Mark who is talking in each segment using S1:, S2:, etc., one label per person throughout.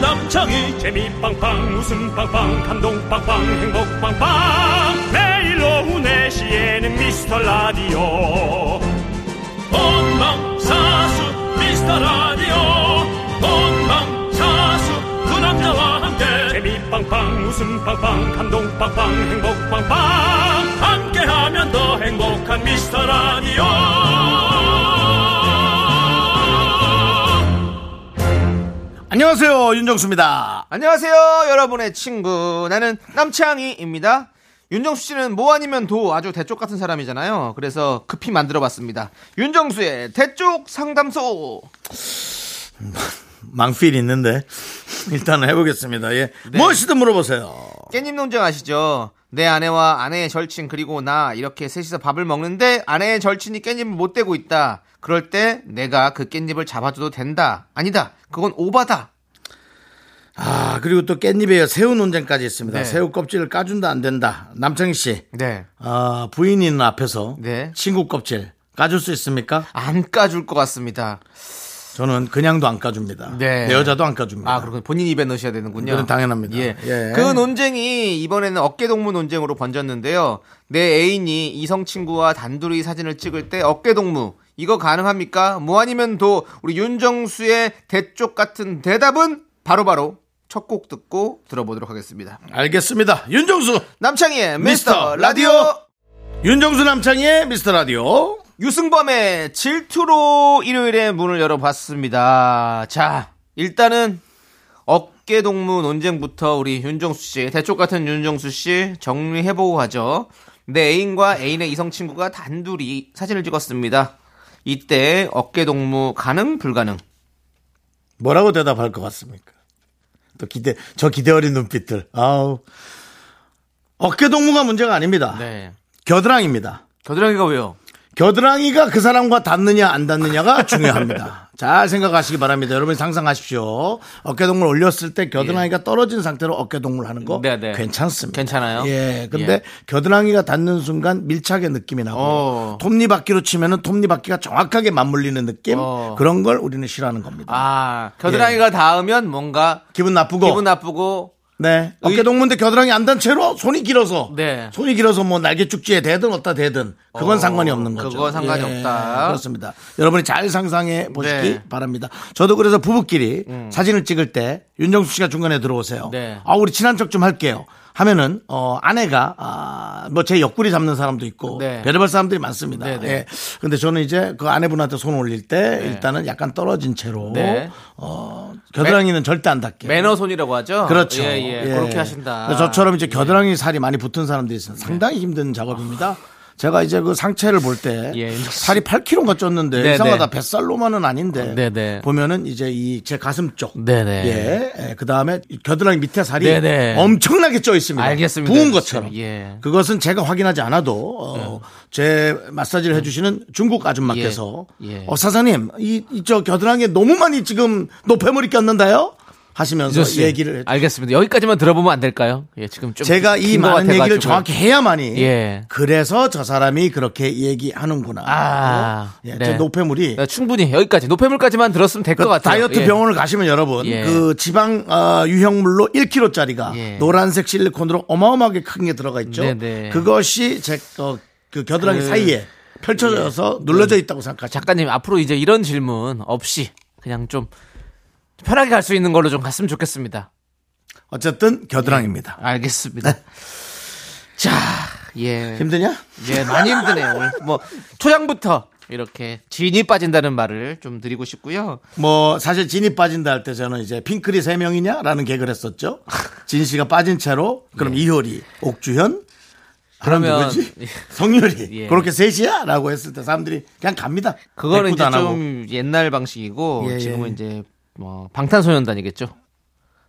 S1: 빵빵이 재미 빵빵 웃음 빵빵 감동 빵빵 행복 빵빵 매일 오후 4시에는 미스터 라디오 본방사수 미스터 라디오 본방사수 그 남자와 함께 재미 빵빵 웃음 빵빵 감동 빵빵 행복 빵빵 함께하면 아, 더 행복한 미스터 라디오
S2: 안녕하세요 윤정수입니다.
S3: 안녕하세요, 여러분의 친구. 나는 남창희입니다. 윤정수 씨는 뭐 아니면 도 아주 대쪽 같은 사람이잖아요. 그래서 급히 만들어 봤습니다. 윤정수의 대쪽 상담소.
S2: 망필 있는데 일단 해보겠습니다. 예, 무엇이든 물어보세요.
S3: 깻잎 논쟁 아시죠? 내 아내와 아내의 절친 그리고 나 이렇게 셋이서 밥을 먹는데 아내의 절친이 깻잎을 못 대고 있다. 그럴 때 내가 그 깻잎을 잡아줘도 된다. 아니다. 그건 오바다.
S2: 아 그리고 또 깻잎에 새우 논쟁까지 있습니다.
S3: 네.
S2: 새우 껍질을 까준다 안 된다. 남창희 씨,
S3: 네.
S2: 아, 부인인 앞에서
S3: 네.
S2: 친구 껍질 까줄 수 있습니까?
S3: 안 까줄 것 같습니다.
S2: 저는 그냥도 안 까줍니다.
S3: 네.
S2: 내 여자도 안 까줍니다.
S3: 아, 그렇군요. 본인 입에 넣으셔야 되는군요.
S2: 이거는 당연합니다.
S3: 예.
S2: 예.
S3: 그 논쟁이 이번에는 어깨동무 논쟁으로 번졌는데요. 내 애인이 이성 친구와 단둘이 사진을 찍을 때 어깨동무. 이거 가능합니까? 뭐 아니면 도 우리 윤정수의 대쪽 같은 대답은 바로바로 첫 곡 듣고 들어보도록 하겠습니다.
S2: 알겠습니다. 윤정수,
S3: 남창희의
S2: 미스터
S3: 미스터 라디오
S2: 라디오. 윤정수 남창희의 미스터 라디오.
S3: 유승범의 질투로 일요일에 문을 열어봤습니다. 자, 일단은 어깨 동무 논쟁부터 우리 윤정수 씨, 대쪽 같은 윤정수 씨 정리해보고 가죠. 내 애인과 애인의 이성 친구가 단둘이 사진을 찍었습니다. 이때 어깨 동무 가능 불가능?
S2: 뭐라고 대답할 것 같습니까? 또 기대, 저 기대 어린 눈빛들. 아우. 어깨 동무가 문제가 아닙니다.
S3: 네.
S2: 겨드랑이입니다.
S3: 겨드랑이가 왜요?
S2: 겨드랑이가 그 사람과 닿느냐 안 닿느냐가 중요합니다. 잘 생각하시기 바랍니다. 여러분 상상하십시오. 어깨동물 올렸을 때 겨드랑이가 떨어진 상태로 어깨동물 하는 거
S3: 예. 네, 네.
S2: 괜찮습니다.
S3: 괜찮아요?
S2: 예. 근데
S3: 예.
S2: 겨드랑이가 닿는 순간 밀착의 느낌이 나고
S3: 어.
S2: 톱니바퀴로 치면은 톱니바퀴가 정확하게 맞물리는 느낌
S3: 어.
S2: 그런 걸 우리는 싫어하는 겁니다.
S3: 아, 겨드랑이가 닿으면 뭔가
S2: 기분 나쁘고
S3: 기분 나쁘고
S2: 네. 어깨 동무인데 겨드랑이 안 단 채로 손이 길어서.
S3: 네.
S2: 손이 길어서 뭐 날개 축지에 대든 어디다 대든 그건
S3: 어,
S2: 상관이 없는 거죠. 예,
S3: 그건 상관이 없다.
S2: 그렇습니다. 여러분이 잘 상상해 보시기
S3: 네. 음.
S2: 바랍니다. 저도 그래서 부부끼리 사진을 찍을 때 윤정수 씨가 중간에 들어오세요.
S3: 네.
S2: 아, 우리 친한 척 좀 할게요. 하면은 어 아내가 아, 뭐 제 옆구리 잡는 사람도 있고
S3: 네.
S2: 별의별 사람들이 많습니다.
S3: 네, 네.
S2: 예. 근데 저는 이제 그 아내분한테 손 올릴 때 일단은 약간 떨어진 채로
S3: 네.
S2: 어 겨드랑이는 절대 안 닿게
S3: 매너손이라고 하죠?
S2: 그렇죠.
S3: 예, 예.
S2: 예.
S3: 그렇게 하신다. 예. 네.
S2: 근데 저처럼 이제 겨드랑이 살이 많이 붙은 사람들이 있어요. 상당히 힘든 작업입니다. 제가 이제 그 상체를 볼 때
S3: 아. 예.
S2: 살이 8kg가 쪘는데
S3: 네,
S2: 이상하다
S3: 네.
S2: 뱃살로만은 아닌데
S3: 네, 네.
S2: 보면은 이제 이 제 가슴 쪽
S3: 네, 네.
S2: 예, 그 다음에 겨드랑이 밑에 살이
S3: 네, 네.
S2: 엄청나게 쪄 있습니다.
S3: 알겠습니다.
S2: 부은 것처럼.
S3: 예. 네.
S2: 그것은 제가 확인하지 않아도 어, 제 마사지를 해주시는 중국 아줌마께서
S3: 음. 예, 예.
S2: 어, 사장님 이 저 겨드랑이에 너무 많이 지금 노폐물이 꼈는데요 하시면서
S3: 이정수 씨,
S2: 얘기를 해주-
S3: 알겠습니다. 여기까지만 들어보면 안 될까요? 예, 지금 좀
S2: 제가
S3: 긴
S2: 이
S3: 것
S2: 많은
S3: 같아가지고요.
S2: 얘기를 정확히 해야만이
S3: 예.
S2: 그래서 저 사람이 그렇게 얘기하는구나.
S3: 아,
S2: 예,
S3: 네.
S2: 저 노폐물이
S3: 네, 충분히 여기까지 노폐물까지만 들었으면 될 것
S2: 그
S3: 같아요.
S2: 다이어트
S3: 예.
S2: 병원을 가시면 여러분
S3: 예.
S2: 그 지방 어, 유형물로 1kg짜리가
S3: 예.
S2: 노란색 실리콘으로 어마어마하게 큰 게 들어가 있죠.
S3: 네네.
S2: 그것이 제 그 겨드랑이
S3: 그- 예.
S2: 사이에 펼쳐져서 눌러져 있다고 생각하죠.
S3: 작가님 앞으로 이제 이런 질문 없이 그냥 좀 편하게 갈 수 있는 걸로 좀 갔으면 좋겠습니다.
S2: 어쨌든 겨드랑이입니다.
S3: 알겠습니다. 자, 예,
S2: 네. 힘드냐?
S3: 예, 많이 힘드네요. 오늘 뭐 초장부터 이렇게 진이 빠진다는 말을 좀 드리고 싶고요.
S2: 뭐 사실 진이 빠진다 할 때 저는 이제 핑클이 세 명이냐라는 개그를 했었죠. 진 씨가 빠진 채로 그럼 이효리, 옥주현,
S3: 예. 그러면-
S2: 그러면 누구지? 성유리
S3: 예.
S2: 그렇게 셋이야라고 했을 때 사람들이 그냥 갑니다.
S3: 그거는
S2: 대꾸도
S3: 이제
S2: 안 하고.
S3: 좀 옛날 방식이고
S2: 예, 예.
S3: 지금은 이제 뭐 방탄소년단이겠죠.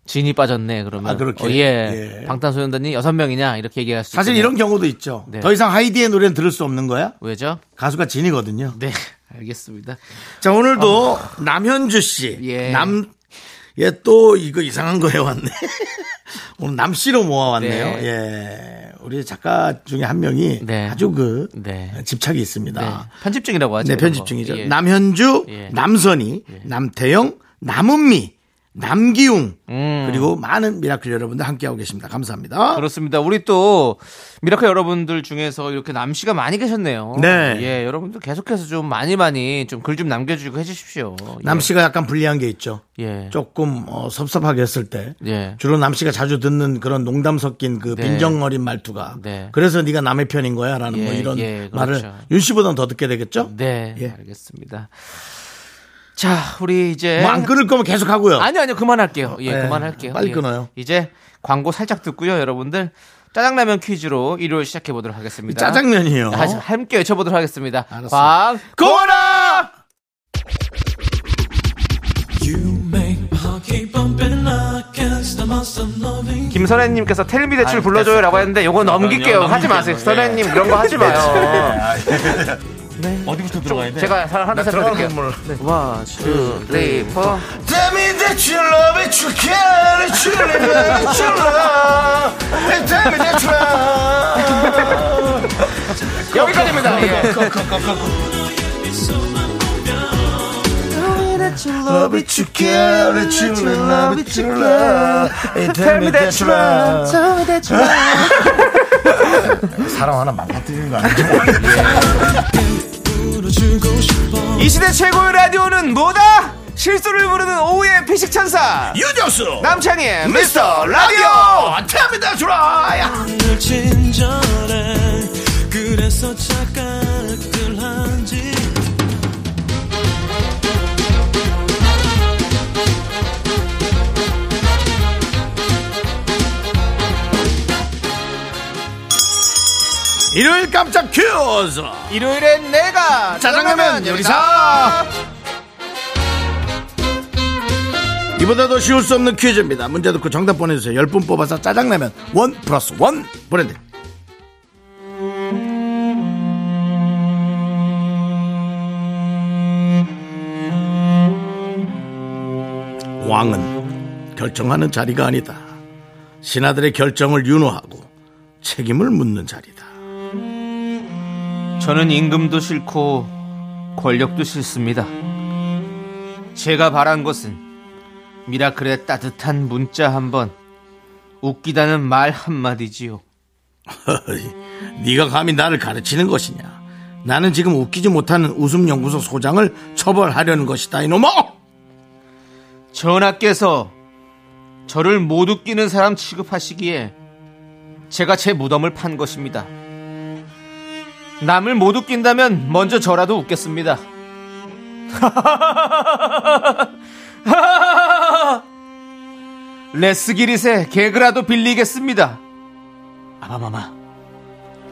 S3: 진이 빠졌네 그러면
S2: 아, 그렇게.
S3: 어, 예.
S2: 예.
S3: 방탄소년단이 여섯 명이냐 이렇게 얘기할 수
S2: 사실
S3: 있겠네요.
S2: 이런 경우도 있죠.
S3: 네.
S2: 더 이상 하이디의 노래는 들을 수 없는 거야.
S3: 왜죠?
S2: 가수가 진이거든요.
S3: 네 알겠습니다.
S2: 자 오늘도 남현주 씨,
S3: 어. 예.
S2: 남, 얘 또 이거 이상한 거 해왔네. 오늘 남 씨로 모아왔네요.
S3: 네.
S2: 예, 우리 작가 중에 한 명이
S3: 네.
S2: 아주 그
S3: 네.
S2: 집착이
S3: 네.
S2: 있습니다.
S3: 편집 중이라고
S2: 아. 네,
S3: 하죠. 예. 이런
S2: 편집
S3: 거.
S2: 중이죠.
S3: 예.
S2: 남현주,
S3: 예.
S2: 남선희, 남태영, 남은미, 남기웅 그리고 많은 미라클 여러분들 함께하고 계십니다. 감사합니다.
S3: 음. 그렇습니다. 우리 또 미라클 여러분들 중에서 이렇게 남씨가 많이 계셨네요.
S2: 네.
S3: 예, 여러분들 계속해서 좀 많이 많이 좀 글 좀 남겨주고 해주십시오. 예.
S2: 남씨가 약간 불리한 게 있죠.
S3: 예.
S2: 조금 어, 섭섭하게 했을 때
S3: 예.
S2: 주로 남씨가 자주 듣는 그런 농담 섞인 그
S3: 네.
S2: 빈정어린 말투가
S3: 네.
S2: 그래서 네가 남의 편인 거야라는 뭐
S3: 예,
S2: 이런
S3: 예,
S2: 말을
S3: 그렇죠.
S2: 윤 씨보다는 더 듣게 되겠죠.
S3: 네.
S2: 예.
S3: 알겠습니다. 자, 우리 이제
S2: 뭐 안 끊을 거면 계속 하고요.
S3: 아니요, 아니요. 그만할게요. 예,
S2: 네,
S3: 그만할게요.
S2: 빨리
S3: 예.
S2: 끊어요.
S3: 이제 광고 살짝 듣고요, 여러분들. 짜장라면 퀴즈로 일요일 시작해 보도록
S2: 네.
S3: 하겠습니다.
S2: 짜장면이요.
S3: 다시 함께 외쳐보도록 하겠습니다.
S2: 알았어.
S3: 광 고라! 김선혜님께서 텔미 대출 불러줘요라고 했는데 요거 넘길게요. 예. 네. 하지 마세요. 선혜님 그런 거 하지 마요. 네.
S4: 어디부터 들어가야 돼?
S3: 제가 하나 사 드릴게요. 네. 원, 투, 쓰리, 포.
S2: Tell me that you love it, you care it, you live it, you love it. Tell me that you love
S3: 여기까지입니다. 예.
S2: Love it, you care it, you love it, you love it. Tell me that you love it. 사람 하나 망가뜨리는 거 아니죠?
S3: 이 시대 최고의 라디오는 뭐다? 실수를 부르는 오후의 피식 천사
S2: 유정수
S3: 남창희
S2: 미스터 라디오 Tell me that you love it. 일요일 깜짝 퀴즈
S3: 일요일엔 내가
S2: 짜장라면 요리사. 이보다도 쉬울 수 없는 퀴즈입니다. 문제 듣고 정답 보내주세요. 10분 뽑아서 짜장라면 원 플러스 원 보내드립니다. 왕은 결정하는 자리가 아니다. 신하들의 결정을 윤호하고 책임을 묻는 자리다.
S3: 저는 임금도 싫고 권력도 싫습니다. 제가 바란 것은 미라클의 따뜻한 문자 한 번, 웃기다는 말 한마디지요.
S2: 어이, 네가 감히 나를 가르치는 것이냐? 나는 지금 웃기지 못하는 웃음 연구소 소장을 처벌하려는 것이다 이놈아!
S3: 전하께서 저를 못 웃기는 사람 취급하시기에 제가 제 무덤을 판 것입니다. 남을 못 웃긴다면 먼저 저라도 웃겠습니다. 레스기릿의 개그라도 빌리겠습니다. 아마마마,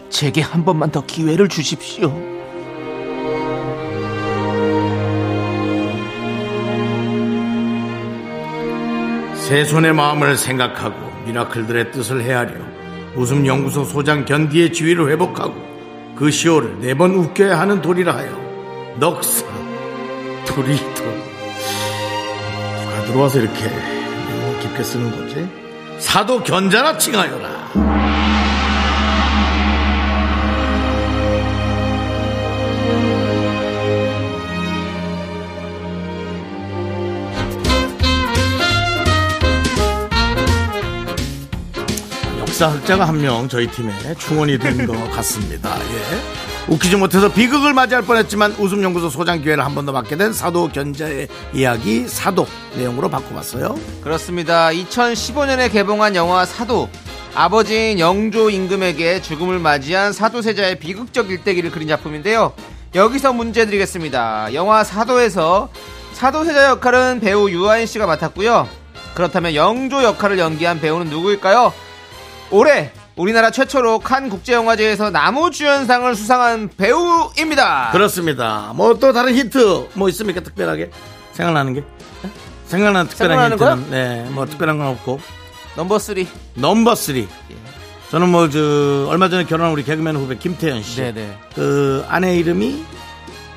S3: 제게 한 번만 더 기회를 주십시오.
S2: 세 손의 마음을 생각하고 미라클들의 뜻을 헤아려 웃음 연구소 소장 견디의 지위를 회복하고 그 시호를 네 번 웃겨야 하는 도리라 하여 넉사 도리도 누가 들어와서 이렇게 너무 깊게 쓰는 거지? 사도 견자라 칭하여라. 역사 학자가 한 명 저희 팀에 충원이 된 것 같습니다. 예. 웃기지 못해서 비극을 맞이할 뻔했지만 웃음연구소 소장 기회를 한 번 더 받게 된 사도 견자의 이야기 사도 내용으로 바꿔봤어요.
S3: 그렇습니다. 2015년에 개봉한 영화 사도. 아버지인 영조 임금에게 죽음을 맞이한 사도세자의 비극적 일대기를 그린 작품인데요. 여기서 문제 드리겠습니다. 영화 사도에서 사도세자 역할은 배우 유아인 씨가 맡았고요. 그렇다면 영조 역할을 연기한 배우는 누구일까요? 올해 우리나라 최초로 칸 국제영화제에서 나무주연상을 수상한 배우입니다.
S2: 그렇습니다. 뭐 또 다른 힌트 뭐 있습니까? 특별하게 생각나는 게 예? 생각나는 특별한
S3: 생각나는
S2: 힌트는 네, 뭐 특별한 건 없고
S3: 넘버 3.
S2: 넘버 쓰리. 저는 뭐 저 얼마 전에 결혼한 우리 개그맨 후배 김태현 씨,
S3: 네네.
S2: 그 아내 이름이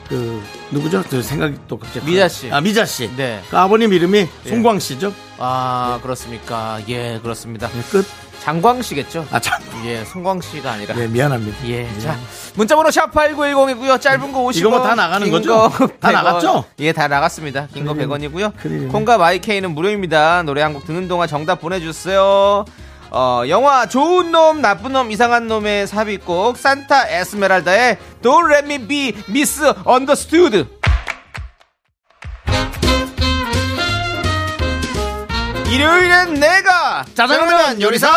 S2: 그 누구죠? 저 생각이 또 갑자기
S3: 미자 씨.
S2: 아 미자 씨.
S3: 네.
S2: 그 아버님 이름이 송광 씨죠.
S3: 아, 그렇습니까. 예, 그렇습니다.
S2: 끝.
S3: 장광 씨겠죠?
S2: 아, 참.
S3: 예, 송광 씨가 아니라.
S2: 네, 미안합니다.
S3: 예. 자, 문자번호 샵8910이고요. 짧은 거 50원.
S2: 이거 뭐다 나가는
S3: 긴
S2: 거죠?
S3: 거
S2: 다
S3: 100원.
S2: 나갔죠?
S3: 예, 다 나갔습니다. 긴 거 100원이고요.
S2: 큰일이네.
S3: 콩과 마이케이는 무료입니다. 노래 한 곡 듣는 동안 정답 보내주세요. 어, 영화 좋은 놈, 나쁜 놈, 이상한 놈의 삽입곡 산타 에스메랄다의 Don't Let Me Be Misunderstood. 일요일엔 내가
S2: 짜장면 요리사!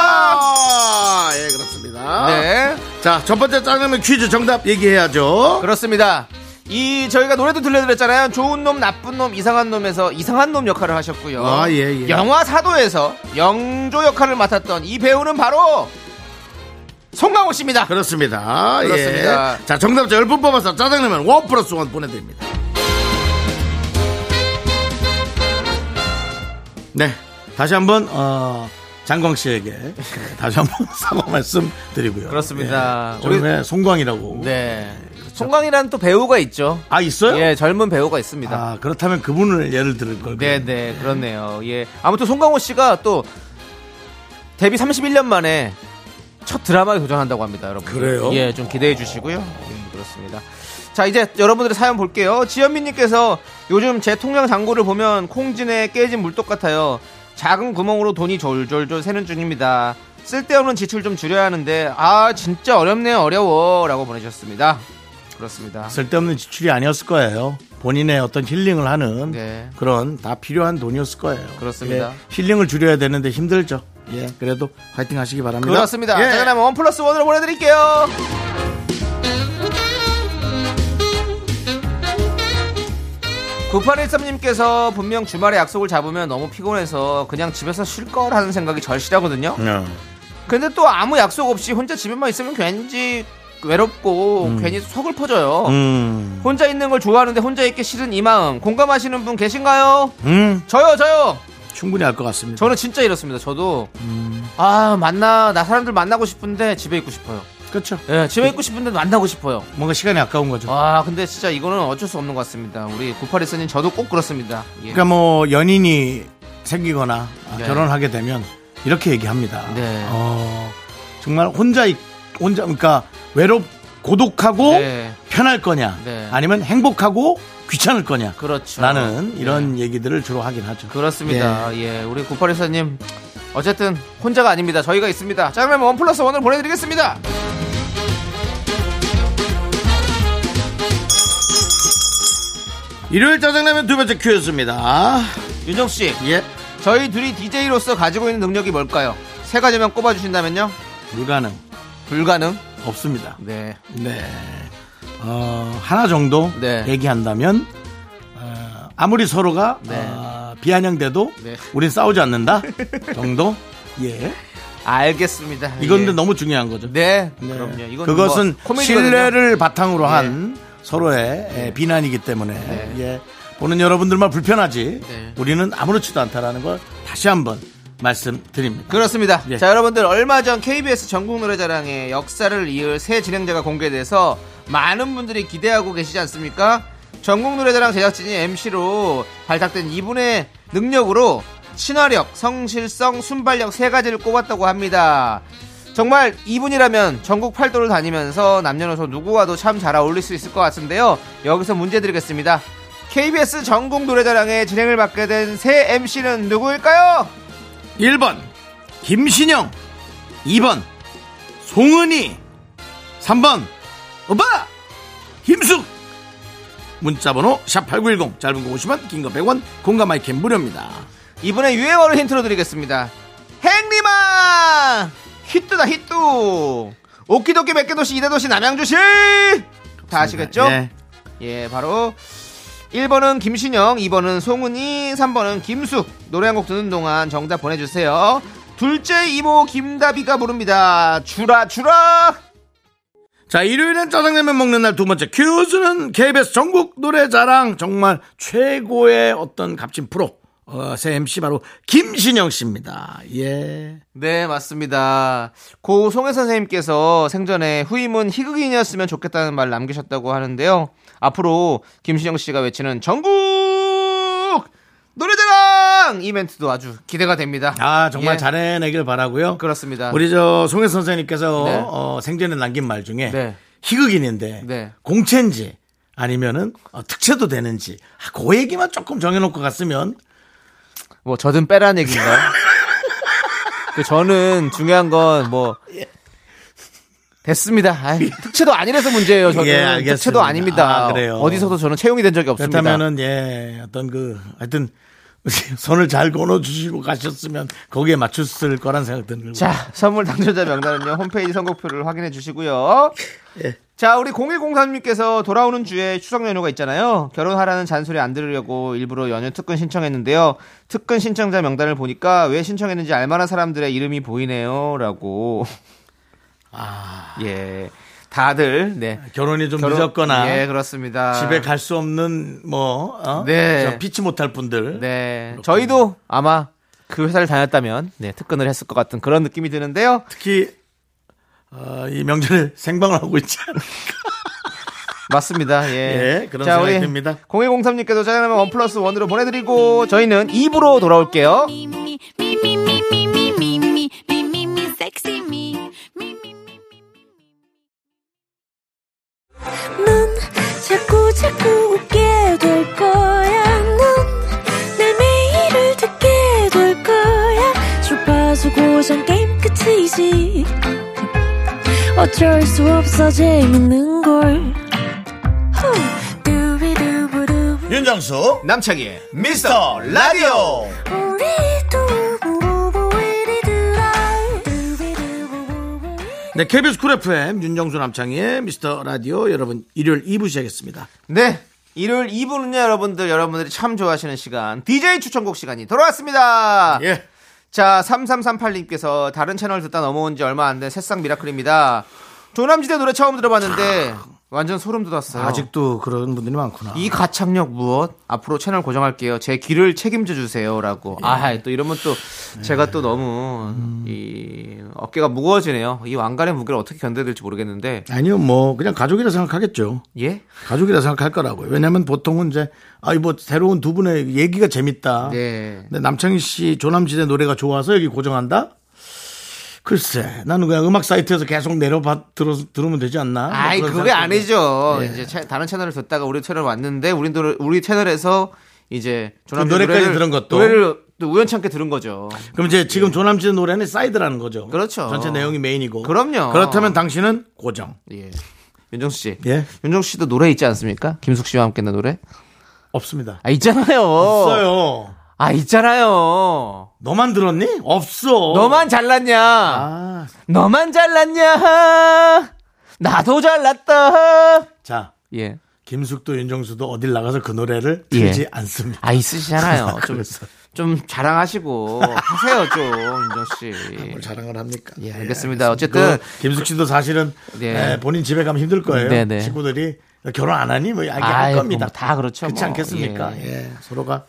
S2: 예, 그렇습니다.
S3: 네.
S2: 자, 첫 번째 짜장면 퀴즈 정답 얘기해야죠.
S3: 그렇습니다. 이 저희가 노래도 들려드렸잖아요. 좋은 놈, 나쁜 놈, 이상한 놈에서 이상한 놈 역할을 하셨고요.
S2: 아, 예, 예.
S3: 영화 사도에서 영조 역할을 맡았던 이 배우는 바로 송강호 씨입니다.
S2: 그렇습니다.
S3: 그렇습니다.
S2: 예. 자, 정답자 10분 뽑아서 짜장라면 원 플러스 원 보내드립니다. 네. 다시 한 번, 어, 장광 씨에게 다시 한 번 사과 말씀 드리고요.
S3: 그렇습니다.
S2: 예. 우리 송광이라고.
S3: 네. 송강이라는 또 배우가 있죠.
S2: 아, 있어요?
S3: 예, 젊은 배우가 있습니다.
S2: 아, 그렇다면 그분을 예를 들을 걸.
S3: 네, 네, 그렇네요. 예. 아무튼 송강호 씨가 또 데뷔 31년 만에 첫 드라마에 도전한다고 합니다, 여러분.
S2: 그래요?
S3: 예, 좀 기대해 주시고요. 예, 그렇습니다. 자, 이제 여러분들의 사연 볼게요. 지현민님께서 요즘 제 통장 잔고를 보면 콩진에 깨진 물독 같아요. 작은 구멍으로 돈이 졸졸졸 새는 중입니다. 쓸데없는 지출 좀 줄여야 하는데 아 진짜 어렵네요, 어려워라고 보내셨습니다. 그렇습니다.
S2: 쓸데없는 지출이 아니었을 거예요. 본인의 어떤 힐링을 하는
S3: 네.
S2: 그런 다 필요한 돈이었을 거예요.
S3: 그렇습니다.
S2: 예, 힐링을 줄여야 되는데 힘들죠. 예, 그래도 화이팅 하시기 바랍니다.
S3: 그렇습니다.
S2: 예.
S3: 자, 그럼 원 플러스 원으로 보내드릴게요. (9813님께서) 분명 주말에 약속을 잡으면 너무 피곤해서 그냥 집에서 쉴 거라는 생각이 절실하거든요
S2: 어.
S3: 근데 또 아무 약속 없이 혼자 집에만 있으면 괜히 외롭고 괜히 속을 퍼져요
S2: 음,
S3: 혼자 있는 걸 좋아하는데 혼자 있기 싫은 이 마음 공감하시는 분 계신가요
S2: 음,
S3: 저요 저요
S2: 충분히 알 것 같습니다.
S3: 저는 진짜 이렇습니다 저도
S2: 음.
S3: 아 만나 나 사람들 만나고 싶은데 집에 있고 싶어요
S2: 그렇죠.
S3: 예, 집에 있고 싶은데 만나고 싶어요.
S2: 뭔가 시간이 아까운 거죠.
S3: 아, 근데 진짜 이거는 어쩔 수 없는 것 같습니다. 우리 9814님 저도 꼭 그렇습니다. 예.
S2: 그러니까 뭐 연인이 생기거나 아,
S3: 네.
S2: 결혼하게 되면 이렇게 얘기합니다.
S3: 네.
S2: 어, 정말 혼자 있- 혼자 그러니까 외롭 고독하고
S3: 네.
S2: 편할 거냐,
S3: 네.
S2: 아니면 행복하고 귀찮을 거냐.
S3: 그렇죠.
S2: 나는
S3: 예.
S2: 이런 얘기들을 주로 하긴 하죠.
S3: 그렇습니다. 예, 우리 9814님 어쨌든 혼자가 아닙니다. 저희가 있습니다. 자, 그러면 원 플러스 원을 보내드리겠습니다.
S2: 일요일 짜장라면 두 번째 큐였습니다.
S3: 윤정 씨,
S2: 예,
S3: 저희 둘이 DJ로서 가지고 있는 능력이 뭘까요? 세 가지만 꼽아주신다면요?
S2: 불가능
S3: 불가능.
S2: 없습니다.
S3: 네.
S2: 네, 어, 하나 정도
S3: 네.
S2: 얘기한다면 어, 아무리 서로가
S3: 네.
S2: 어, 비아냥대도
S3: 네.
S2: 우린 싸우지 않는다 정도. 예,
S3: 네, 알겠습니다.
S2: 이건데
S3: 예.
S2: 너무 중요한 거죠.
S3: 네.
S2: 네.
S3: 그럼요. 이건
S2: 그것은
S3: 뭐 코미디거든요. 네.
S2: 신뢰를 바탕으로 한 서로의 예, 비난이기 때문에 예, 보는 여러분들만 불편하지
S3: 네.
S2: 우리는 아무렇지도 않다라는 걸 다시 한번 말씀드립니다.
S3: 그렇습니다.
S2: 예.
S3: 자, 여러분들 얼마 전 KBS 전국 노래자랑의 역사를 이을 새 진행자가 공개돼서 많은 분들이 기대하고 계시지 않습니까? 전국 노래자랑 제작진이 MC로 발탁된 이분의 능력으로 친화력, 성실성, 순발력 세 가지를 꼽았다고 합니다. 정말 이분이라면 전국 팔도를 다니면서 남녀노소 누구와도 참 잘 어울릴 수 있을 것 같은데요. 여기서 문제 드리겠습니다. KBS 전국 노래자랑의 진행을 맡게 된 새 MC는 누구일까요?
S2: 1번 김신영 2번 송은이 3번 오빠 김숙 문자번호 샵8910 짧은 거 50원 긴 거 100원 공감 아이캔 무료입니다
S3: 이번에 유행어를 힌트로 드리겠습니다. 행리마 히뚜다 히뚜 오키도키 백개도시 이대도시 남양주시 다 아시겠죠?
S2: 네.
S3: 예 바로 1번은 김신영 2번은 송은이 3번은 김숙 노래 한 곡 듣는 동안 정답 보내주세요 둘째 이모 김다비가 부릅니다 주라 주라
S2: 자 일요일엔 짜장라면 먹는 날 두 번째 큐즈는 KBS 전국 노래자랑 정말 최고의 어떤 값진 프로 어, 새 MC 바로 김신영 씨입니다 예
S3: 네, 맞습니다. 고 송혜 선생님께서 생전에 후임은 희극인이었으면 좋겠다는 말 남기셨다고 하는데요. 앞으로 김신영 씨가 외치는 전국 노래자랑 사랑 이벤트도 아주 기대가 됩니다.
S2: 아 정말
S3: 예,
S2: 잘해내길 바라고요.
S3: 그렇습니다.
S2: 우리 저 송혜 선생님께서
S3: 네.
S2: 어, 생전에 남긴 말 중에
S3: 네.
S2: 희극인인데
S3: 네.
S2: 공채인지 아니면은 어, 특채도 되는지 아, 그 얘기만 조금 정해놓고 갔으면
S3: 뭐 저든 빼라는 얘기인가요? 그 저는 중요한 건 뭐
S2: 예.
S3: 됐습니다. 아이, 특채도 아니라서 문제예요. 저는
S2: 예, 알겠습니다.
S3: 특채도 아닙니다.
S2: 아, 그래요.
S3: 어디서도 저는 채용이 된 적이 없습니다.
S2: 그렇다면은 예 어떤 그 하여튼 손을 잘 건어 주시고 가셨으면 거기에 맞췄을 거란 생각 드는
S3: 자, 선물 당첨자 명단은요. 홈페이지 선곡표를 확인해 주시고요.
S2: 예.
S3: 자, 우리 0103님께서 돌아오는 주에 추석 연휴가 있잖아요. 결혼하라는 잔소리 안 들으려고 일부러 연휴 특근 신청했는데요. 특근 신청자 명단을 보니까 왜 신청했는지 알만한 사람들의 이름이 보이네요라고. 아. 예. 다들 네.
S2: 결혼이 아. 좀
S3: 결혼-
S2: 늦었거나
S3: 예, 그렇습니다.
S2: 집에 갈 수 없는 뭐 어?
S3: 네.
S2: 저 피치 못할 분들
S3: 네. 저희도 아마 그 회사를 다녔다면 네, 특근을 했을 것 같은 그런 느낌이 드는데요.
S2: 특히 어, 이 명절에 생방을 하고 있지 않
S3: 맞습니다. 예.
S2: 예, 그런 생각이 듭니다.
S3: 0103님께도 짜장라면 원 플러스 원으로 보내드리고 저희는 2부로 돌아올게요.
S4: 미미 미미 미미 미미 미미 미미 섹시 미
S5: 넌 자꾸 자꾸 웃게 될 거야. 넌내 매일을 듣게 될 거야. 주파수 고정 게임 끝이지. 어쩔 수 없어 재밌는 걸. 후. 두비두부두.
S2: 윤정수
S3: 남창희의 미스터 라디오
S5: 우리 두부부부 우리 두라. 두비두부부부.
S2: 네, KBS 쿨 FM 윤정수 남창희의 미스터 라디오 여러분 일요일 2부 시작했습니다.
S3: 네. 일요일 2부는요 여러분들 여러분들이 참 좋아하시는 시간 DJ 추천곡 시간이 돌아왔습니다.
S2: 예.
S3: 자 3338님께서 다른 채널 듣다 넘어온 지 얼마 안 된 새싹 미라클입니다. 조남지대 노래 처음 들어봤는데 완전 소름 돋았어요.
S2: 아. 아직도 그런 분들이 많구나.
S3: 이 가창력 무엇? 앞으로 채널 고정할게요. 제 귀를 책임져 주세요라고.
S2: 예.
S3: 아, 또 이러면 또
S2: 네.
S3: 제가 또 너무
S2: 음.
S3: 이 어깨가 무거워지네요. 이 왕관의 무게를 어떻게 견뎌야 될지 모르겠는데.
S2: 아니요, 뭐 그냥 가족이라 생각하겠죠.
S3: 예?
S2: 가족이라 생각할 거라고요. 왜냐하면 보통은 이제 아이 뭐 새로운 두 분의 얘기가 재밌다.
S3: 네.
S2: 근데 남창희 씨 조남지대 노래가 좋아서 여기 고정한다. 글쎄, 나는 그냥 음악 사이트에서 계속 내려봐 들어 들으면 되지 않나? 뭐
S3: 아이,
S2: 그런 예.
S3: 그게
S2: 생각도
S3: 아니죠. 이제 채- 다른 채널을 듣다가 우리 채널 왔는데 우리 노래, 우리 채널에서 이제 조남
S2: 그 노래까지 들은 것도.
S3: 노래를 또 우연찮게 들은 거죠.
S2: 그럼 이제 지금 조남지대 노래는 사이드라는 거죠.
S3: 네. 그렇죠.
S2: 전체 내용이 메인이고.
S3: 그럼요.
S2: 그렇다면 당신은 고정.
S3: 예. 윤정수 씨.
S2: 예.
S3: 윤정수 씨도 노래 있지 않습니까? 김숙 씨와 함께 했는 노래?
S2: 없습니다.
S3: 아, 있잖아요.
S2: 없어요.
S3: 아, 있잖아요.
S2: 너만 들었니? 없어.
S3: 너만 잘났냐?
S2: 아,
S3: 너만 잘났냐? 나도 잘났다.
S2: 자,
S3: 예.
S2: 김숙도 윤정수도 어딜 나가서 그 노래를
S3: 예.
S2: 틀지 않습니다.
S3: 아 있으시잖아요. 좀,
S2: 그래서.
S3: 좀 자랑하시고 하세요 좀 윤정
S2: 뭘
S3: 씨.
S2: 자랑을 합니까?
S3: 예, 알겠습니다. 어쨌든
S2: 그 김숙 씨도 사실은
S3: 예.
S2: 예, 본인 집에 가면 힘들 거예요.
S3: 네, 네.
S2: 친구들이 결혼 안 하니 뭐 이야기 할
S3: 아이고,
S2: 겁니다.
S3: 뭐다 그렇죠,
S2: 그렇지
S3: 뭐.
S2: 않겠습니까?
S3: 예.
S2: 예. 서로가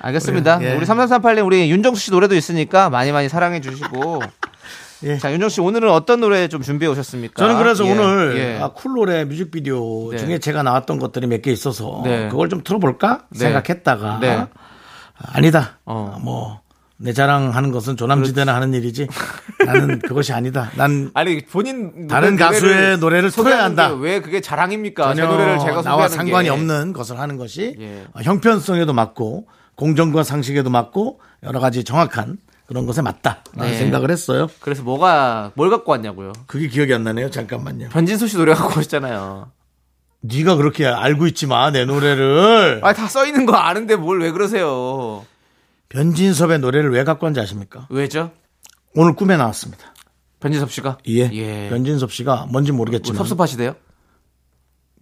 S3: 알겠습니다.
S2: 예.
S3: 우리 3338님 우리 윤정수 씨 노래도 있으니까 많이 많이 사랑해 주시고.
S2: 예.
S3: 자, 윤정 씨 오늘은 어떤 노래 좀 준비해 오셨습니까?
S2: 저는 그래서
S3: 예,
S2: 오늘
S3: 예.
S2: 아, 쿨 노래 뮤직비디오
S3: 네.
S2: 중에 제가 나왔던 것들이 몇 개 있어서
S3: 네.
S2: 그걸 좀 틀어볼까
S3: 네.
S2: 생각했다가
S3: 네.
S2: 아니다.
S3: 어.
S2: 뭐 내 자랑하는 것은 조남지대나 하는 일이지. 나는 그것이 아니다. 난
S3: 아니 본인
S2: 다른
S3: 노래-
S2: 가수의 노래를 틀어야
S3: 소개하는 게
S2: 한다.
S3: 왜 그게 자랑입니까? 아, 제
S2: 전혀
S3: 노래를 제가
S2: 나와
S3: 소개하는
S2: 상관이
S3: 게.
S2: 없는 것을 하는 것이
S3: 예.
S2: 어, 형편성에도 맞고 공정과 상식에도 맞고 여러 가지 정확한 그런 것에 맞다라는
S3: 네.
S2: 생각을 했어요.
S3: 그래서 뭐가 뭘 갖고 왔냐고요?
S2: 그게 기억이 안 나네요. 잠깐만요.
S3: 변진수 씨 노래 갖고 오셨잖아요.
S2: 네가 그렇게 알고 있지 마 내 노래를.
S3: 아, 다 써 있는 거 아는데 뭘 왜 그러세요?
S2: 변진섭의 노래를 왜 갖고 왔는지 아십니까?
S3: 왜죠?
S2: 오늘 꿈에 나왔습니다.
S3: 변진섭 씨가?
S2: 예.
S3: 예.
S2: 변진섭 씨가 뭔지
S3: 뭐
S2: 모르겠지만
S3: 섭섭하시대요?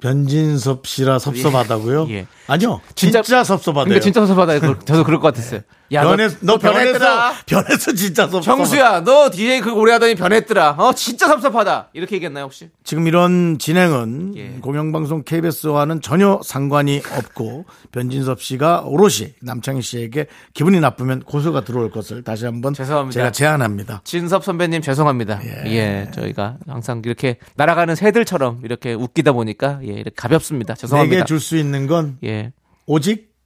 S2: 변진섭 씨라 섭섭하다고요?
S3: 예. 예.
S2: 아니요.
S3: 진짜-
S2: 진짜, 섭섭하대요.
S3: 근데 진짜 섭섭하다. 그걸- 저도 그럴 것 같았어요. 야, 너-
S2: 변해 너, 변했어.
S3: 변했더라.
S2: 변했어 진짜 섭섭.
S3: 정수야, 너 DJ 그 오래 하더니 변했더라. 어, 진짜 섭섭하다. 이렇게 얘기했나요, 혹시?
S2: 지금 이런 진행은
S3: 예.
S2: 공영방송 KBS와는 전혀 상관이 없고 변진섭 씨가 오롯이 남창희 씨에게 기분이 나쁘면 고소가 들어올 것을 다시 한번
S3: 죄송합니다.
S2: 제가 제안합니다.
S3: 진섭 선배님 죄송합니다. 예. 저희가 항상 이렇게 날아가는 새들처럼 이렇게 웃기다 보니까 예, 이렇게 가볍습니다. 죄송합니다.
S2: 내게 줄 수 있는 건
S3: 예.
S2: 오직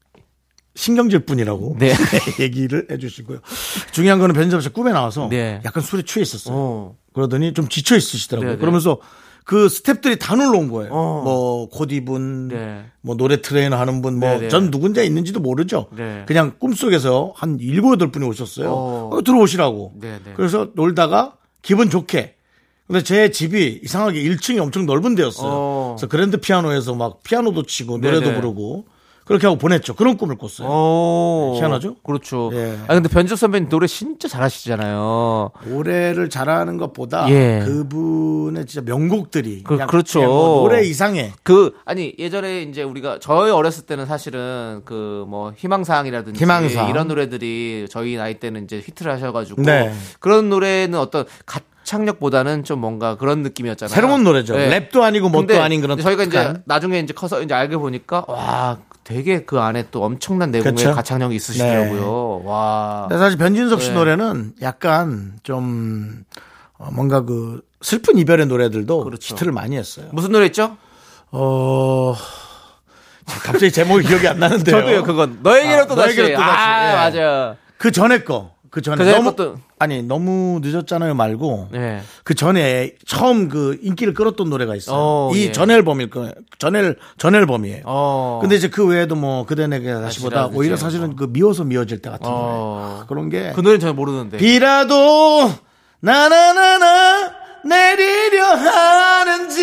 S2: 신경질 뿐이라고
S3: 네.
S2: 얘기를 해주시고요. 중요한 거는 편집에서 꿈에 나와서
S3: 네.
S2: 약간 술에 취해 있었어요.
S3: 어.
S2: 그러더니 좀 지쳐 있으시더라고요.
S3: 네, 네.
S2: 그러면서 그 스탭들이 다 놀러온 거예요.
S3: 어.
S2: 뭐 코디분,
S3: 네.
S2: 뭐 노래 트레이너 하는 분,
S3: 네, 네.
S2: 뭐 전 누군지 있는지도 모르죠.
S3: 네.
S2: 그냥 꿈속에서 한 일곱 여덟 분이 오셨어요.
S3: 어.
S2: 어, 들어오시라고.
S3: 네, 네.
S2: 그래서 놀다가 기분 좋게. 근데 제 집이 이상하게 1층이 엄청 넓은 데였어요.
S3: 어.
S2: 그래서 그랜드 피아노에서 막 피아노도 치고 노래도
S3: 네네.
S2: 부르고 그렇게 하고 보냈죠. 그런 꿈을 꿨어요.
S3: 어.
S2: 희한하죠?
S3: 그렇죠.
S2: 예.
S3: 아 근데 변적 선배님 노래 진짜 잘하시잖아요.
S2: 노래를 잘하는 것보다
S3: 예.
S2: 그분의 진짜 명곡들이
S3: 그-
S2: 그냥
S3: 그렇죠.
S2: 그냥 뭐 노래 이상의
S3: 그 아니 예전에 이제 우리가 저희 어렸을 때는 사실은 그 뭐 희망사항이라든지
S2: 희망사항.
S3: 이런 노래들이 저희 나이 때는 이제 히트를 하셔가지고
S2: 네.
S3: 그런 노래는 어떤 가창력보다는 좀 뭔가 그런 느낌이었잖아요.
S2: 새로운 노래죠.
S3: 네.
S2: 랩도 아니고
S3: 근데
S2: 뭣도 아닌 그런
S3: 저희가 이제
S2: 독특한.
S3: 나중에 이제 커서 이제 알게 보니까 와 되게 그 안에 또 엄청난 내공의
S2: 그쵸? 네.
S3: 가창력이 있으시더라고요. 와.
S2: 아. 근데 사실 변진섭 씨
S3: 네.
S2: 노래는 약간 좀 어, 뭔가 그 슬픈 이별의 노래들도
S3: 그렇죠.
S2: 히트를 많이 했어요.
S3: 무슨 노래 있죠?
S2: 어 갑자기 제목이 기억이 안 나는데요.
S3: 저도요 그건 너에게로
S2: 네. 아,
S3: 또 다시.
S2: 너에게로 또 다시.
S3: 아
S2: 예.
S3: 맞아요.
S2: 그 전에 거. 그 전에
S3: 그 전에
S2: 너무
S3: 것도-
S2: 아니 너무 늦었잖아요 말고
S3: 네.
S2: 그 전에 처음 그 인기를 끌었던 노래가 있어요.
S3: 어,
S2: 이
S3: 예.
S2: 전 앨범일 거예요. 전 앨, 전 앨범이에요.
S3: 어. 아,
S2: 근데 이제 그 외에도 뭐 그대 내게 다시보다
S3: 다시라든지
S2: 오히려 사실은 그 미워서 미워질 때 같은
S3: 어.
S2: 노래. 아, 그런 게
S3: 그 노래 는 전혀 모르는데.
S2: 비라도 나나나나 내리려 하는지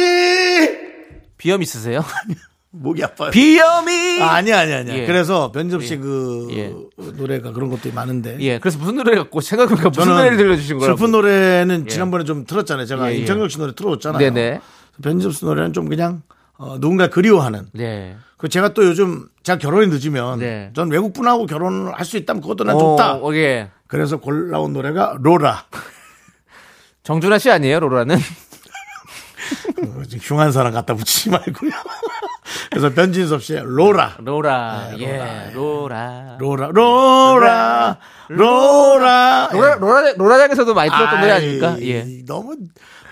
S3: 비염 있으세요?
S2: 목이 아파요.
S3: 비염이.
S2: 아, 아니 아니 아니.
S3: 예.
S2: 그래서 변접 씨그
S3: 예.
S2: 노래가 그런 것도 많은데.
S3: 예, 그래서 무슨 노래 갖고 생각해보니까 무슨
S2: 저는
S3: 노래를 들려주신 거라고.
S2: 슬픈 노래는 지난번에 좀 들었잖아요. 제가
S3: 예, 예.
S2: 임창정 씨 노래 틀어줬잖아요.
S3: 네네.
S2: 변진섭 씨 노래는 좀 그냥 어, 누군가 그리워하는.
S3: 네.
S2: 그 제가 또 요즘 제가 결혼이 늦으면
S3: 네.
S2: 전 외국 분하고 결혼을 할 수 있다면 그것도 난
S3: 어,
S2: 좋다.
S3: 어, 예.
S2: 그래서 골라온 노래가 로라.
S3: 정준하 씨 아니에요, 로라는?
S2: 그 지금 흉한 사람 갖다 붙이지 말고요. 그래서 변진섭 씨의 로라.
S3: 로라. 예, 로라.
S2: 로라 로라 로라 예.
S3: 로라, 로라, 로라장에서도 많이 들었던 노래
S2: 아이,
S3: 아닙니까? 예.
S2: 너무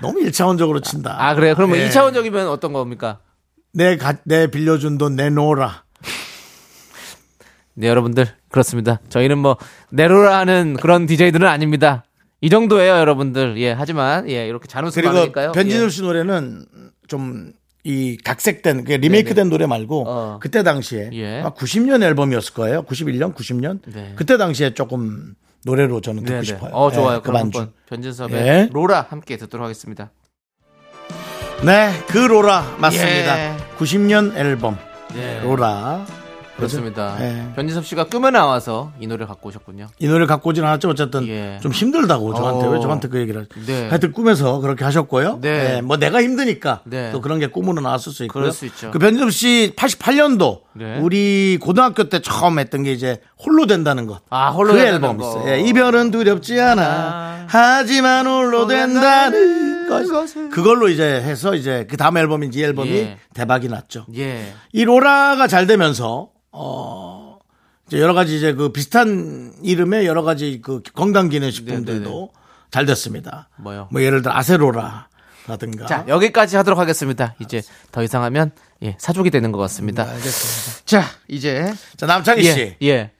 S2: 너무 일차원적으로 친다.
S3: 아, 그래요? 그러면
S2: 예.
S3: 이차원적이면 어떤 겁니까?
S2: 내, 가, 내 빌려준 돈 내놓으라.
S3: 네, 여러분들. 그렇습니다. 저희는 뭐, 내로라 하는 그런 DJ들은 아닙니다. 이 정도예요, 여러분들. 예, 하지만, 예, 이렇게 잔웃음
S2: 그리고
S3: 많으니까요. 예.
S2: 변진우 씨 노래는 좀 이 각색된 그 리메이크된 노래 말고
S3: 어.
S2: 그때 당시에
S3: 예.
S2: 아마 90년 앨범이었을 거예요. 91년, 90년.
S3: 네.
S2: 그때 당시에 조금 노래로 저는 듣고
S3: 네네.
S2: 싶어요.
S3: 어,
S2: 예,
S3: 좋아요.
S2: 그
S3: 그럼
S2: 반주.
S3: 한번 변진섭의
S2: 예.
S3: 로라 함께 듣도록 하겠습니다.
S2: 네, 그 로라 맞습니다.
S3: 예.
S2: 90년 앨범
S3: 네.
S2: 로라.
S3: 그렇습니다.
S2: 예.
S3: 변진섭 씨가 꿈에 나와서 이 노래를 갖고 오셨군요.
S2: 이 노래 갖고 오지는 않았죠. 어쨌든
S3: 예.
S2: 좀 힘들다고 저한테
S3: 어.
S2: 왜 저한테 그 얘기를 하죠.
S3: 네.
S2: 하여튼 꿈에서 그렇게 하셨고요.
S3: 네.
S2: 예, 뭐 내가 힘드니까
S3: 네.
S2: 또 그런 게 꿈으로 나왔을 수 있고요.
S3: 그럴 수 있죠.
S2: 그 변점 씨 88년도
S3: 네.
S2: 우리 고등학교 때 처음 했던 게 이제 홀로 된다는 것.
S3: 아, 홀로
S2: 그
S3: 된다는
S2: 앨범
S3: 거.
S2: 있어요. 예, 이별은 두렵지 않아. 하지만 홀로 된다는 것. 그걸로 이제 해서 이제 그 다음 앨범인지 이 앨범이
S3: 예.
S2: 대박이 났죠.
S3: 예.
S2: 이 로라가 잘 되면서 어 이제 여러 가지 이제 그 비슷한 이름의 여러 가지 그 건강 기능 식품들도 잘 됐습니다.
S3: 네, 뭐요?
S2: 뭐 예를 들어 아세로라라든가.
S3: 자, 여기까지 하도록 하겠습니다. 이제 더 이상 하면 예, 사족이 되는 것 같습니다.
S2: 네, 알겠습니다.
S3: 자, 이제
S2: 자 남창희 씨,
S3: 예. 예.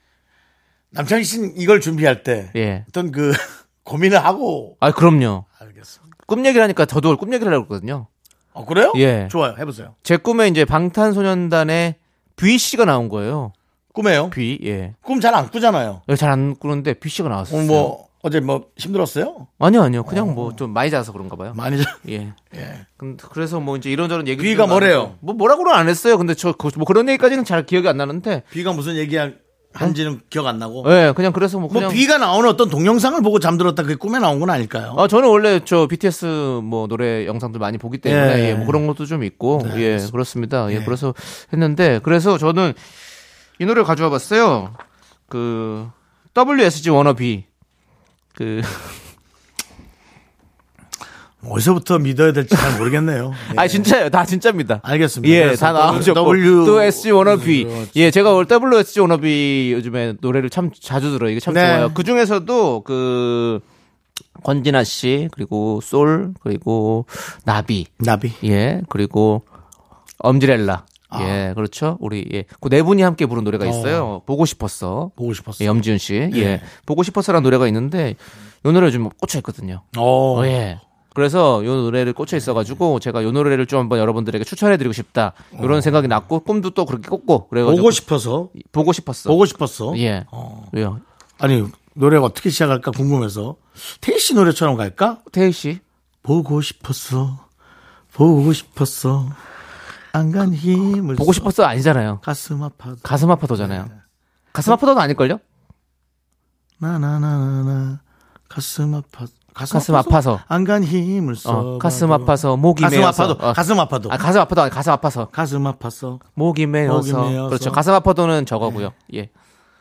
S2: 남창희 씨는 이걸 준비할 때
S3: 예.
S2: 어떤 그 고민을 하고
S3: 아, 그럼요.
S2: 알겠습니다.
S3: 꿈 얘기를 하니까 저도 꿈 얘기를 하려고 그러거든요.
S2: 어 그래요?
S3: 예.
S2: 좋아요. 해보세요.
S3: 제 꿈에 이제 방탄소년단의 뷔 씨가 나온 거예요.
S2: 꿈에요?
S3: 뷔. 예.
S2: 꿈 잘 안 꾸잖아요.
S3: 잘 안 꾸는데 뷔 씨가 나왔어요.
S2: 오늘 뭐 어제 뭐 힘들었어요?
S3: 아니요, 아니요. 그냥 뭐 좀 많이 자서 그런가 봐요.
S2: 많이 자.
S3: 예.
S2: 예.
S3: 근- 그래서 뭐 이제 이런저런 얘기
S2: 비위가 뭐래요?
S3: 뭐 뭐라고는 안 했어요. 근데 저 그- 뭐 그런 얘기까지는 잘 기억이 안 나는데.
S2: 비가 무슨 얘기한지는 기억 안 나고.
S3: 예, 그냥 그래서 뭐 그냥
S2: 어. 뭐 비가 나오는 어떤 동영상을 보고 잠들었다 그게 꿈에 나온 건 아닐까요?
S3: 아, 저는 원래 저 BTS 뭐 노래 영상들 많이 보기 때문에
S2: 예. 네,
S3: 예, 뭐 그런 것도 좀 있고 예, 그렇습니다. 예, 그래서 했는데 그래서 저는 이 노래를 가져와 봤어요. 그 WSG 워너비 그
S2: 어디서부터 믿어야 될지 잘 모르겠네요. 예. 아,
S3: 아 진짜요. 다 진짜입니다.
S2: 알겠습니다.
S3: 예,
S2: 그래서
S3: 다 나오셨고
S2: W-
S3: WSG 워너비.
S2: 어,
S3: 예, 제가 올 WSG 워너비 요즘에 노래를 참 자주 들어요. 이게 참
S2: 네.
S3: 좋아요. 그 중에서도 그 권진아 씨 그리고 솔 그리고 나비
S2: 나비.
S3: 예 그리고 엄지렐라 예, 그렇죠. 우리 예, 그 네 분이 함께 부른 노래가 있어요. 보고 싶었어.
S2: 보고 싶었어.
S3: 예,
S2: 요
S3: 염지훈 씨. 예. 보고 싶어서라는 노래가 있는데 요 노래 요즘 꽂혀 있거든요.
S2: 어.
S3: 어, 예. 그래서 요 노래를 꽂혀 있어가지고 제가 요 노래를 좀 한번 여러분들에게 추천해드리고 싶다 이런 생각이 났고 꿈도 또 그렇게 꿨고 그래가지고
S2: 어. 보고 싶어서.
S3: 보고 싶었어.
S2: 보고 싶었어.
S3: 예. 왜요?
S2: 아니 노래가 어떻게 시작할까 궁금해서 태희 씨 노래처럼 갈까?
S3: 태희 씨.
S2: 보고 싶었어. 보고 싶었어. 안 간 힘을
S3: 보고
S2: 써.
S3: 싶었어 아니잖아요.
S2: 가슴 아파.
S3: 가슴
S2: 네,
S3: 아파도잖아요. 가슴 아파도는 아닐걸요?
S2: 나나나나나 가슴 아파.
S3: 가슴 아파서.
S2: 안 간 힘을 써.
S3: 어, 가슴 아파서 목이
S2: 가슴
S3: 메어서.
S2: 아파도.
S3: 어.
S2: 가슴 아파도.
S3: 아, 가슴 아파도 아니 가슴 아파서.
S2: 가슴 아팠어.
S3: 목이 메어서.
S2: 목이 메어서.
S3: 그렇죠. 가슴 아파도는 저거고요. 예.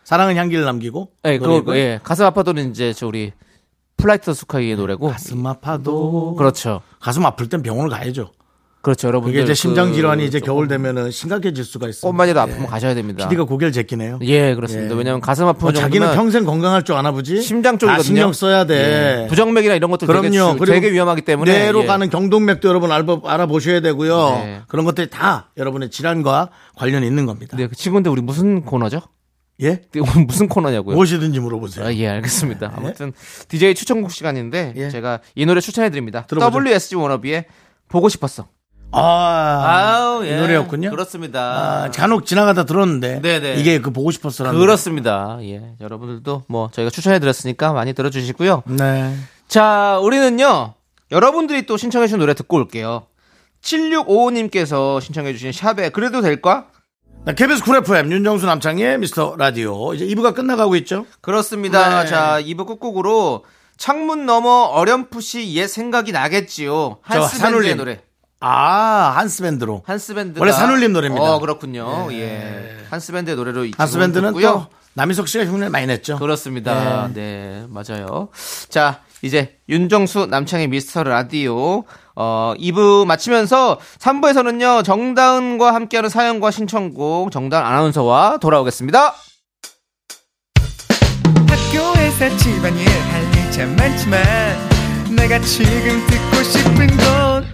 S2: 사랑은 향기를 남기고.
S3: 예,
S2: 노래고요.
S3: 그거 예. 가슴 아파도는 이제 저 우리 플라이트 스카이의 노래고.
S2: 가슴 아파도.
S3: 그렇죠.
S2: 가슴 아플 땐 병원을 가야죠.
S3: 그렇죠, 여러분들.
S2: 그게 이제 심장 질환이
S3: 그
S2: 이제 겨울 되면은 심각해질 수가 있어요.
S3: 꽃만이도 아프면 가셔야 됩니다.
S2: PD가 고개를 제끼네요.
S3: 예, 그렇습니다.
S2: 예.
S3: 왜냐하면 가슴 아픈
S2: 어, 자기는
S3: 정도면
S2: 평생 건강할 줄 아나 보지.
S3: 심장 쪽이거든요.
S2: 다 신경 써야 돼.
S3: 예. 부정맥이나 이런 것들 되게,
S2: 그럼요.
S3: 주- 되게 위험하기 때문에
S2: 뇌로
S3: 예.
S2: 가는 경동맥도 여러분 알바, 알아보셔야 되고요.
S3: 네.
S2: 그런 것들이 다 여러분의 질환과 관련이 있는 겁니다.
S3: 네, 지금 근데 우리 무슨 코너죠?
S2: 예?
S3: 오늘 무슨 코너냐고요?
S2: 무엇이든지 물어보세요.
S3: 아, 예, 알겠습니다. 아무튼 DJ 추천곡 시간인데
S2: 예.
S3: 제가 이 노래 추천해 드립니다.
S2: 들어보죠.
S3: WSG 워너비의 보고 싶었어.
S2: 아,
S3: 아우, 예.
S2: 이 노래였군요.
S3: 그렇습니다.
S2: 아, 간혹 지나가다 들었는데
S3: 네네.
S2: 이게 그 보고 싶었어라는
S3: 그렇습니다. 예. 여러분들도 뭐 저희가 추천해 드렸으니까 많이 들어 주시고요.
S2: 노래. 네.
S3: 자, 우리는요. 여러분들이 또 신청해 주신 노래 듣고 올게요. 7655님께서 신청해 주신 샵에 그래도 될까?
S2: 네, KBS 쿨 FM 윤정수 남창의 미스터 라디오 이제 2부가 끝나가고 있죠.
S3: 그렇습니다.
S2: 네.
S3: 자, 2부 끝곡으로 창문 너머 어렴풋이 옛 생각이 나겠지요.
S2: 저
S3: 한스밴드의
S2: 산울림.
S3: 노래.
S2: 아 한스밴드로
S3: 한스밴드
S2: 원래 산울림 노래입니다. 네.
S3: 어, 그렇군요. 예. 한스밴드의 노래로 이
S2: 한스밴드는
S3: 곡은 듣고요.
S2: 또 남희석 씨가 흉내 많이 냈죠.
S3: 그렇습니다. 네. 맞아요. 자, 이제 윤정수 남창의 미스터 라디오 어 2부 마치면서 3부에서는요. 정다은과 함께하는 사연과 신청곡 정다은 아나운서와 돌아오겠습니다.
S6: 학교에서 집안일 할 일 참 많지만 내가 지금 듣고 싶은 건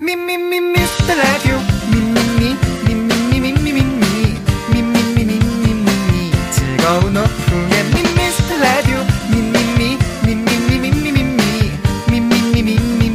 S6: 미미미 미스터 라디오 미미미 미미미 미미미 미미미 미미미 즐거운 오후에 미미스터 라디오 미미미 미미미 미미미 미미미 미미미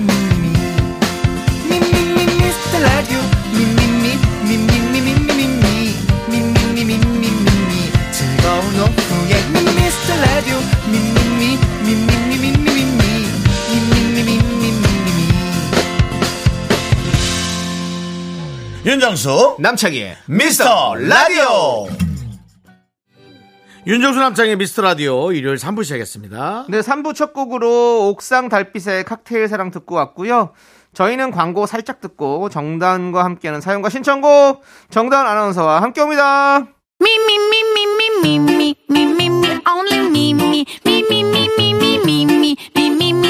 S2: 윤정수
S3: 남창희의
S2: 미스터 라디오 윤정수 남창의 미스터 라디오 일요일 3부 시작했습니다.
S3: 네, 3부 첫 곡으로 옥상 달빛의 칵테일 사랑 듣고 왔고요. 저희는 광고 살짝 듣고 정다은과 함께하는 사연과 신청곡 정다은 아나운서와 함께 옵니다.
S4: Me, me, me, me, me, me, me, me, me, me, only me, me, me, me, me, me, me, me, me, me, me, me,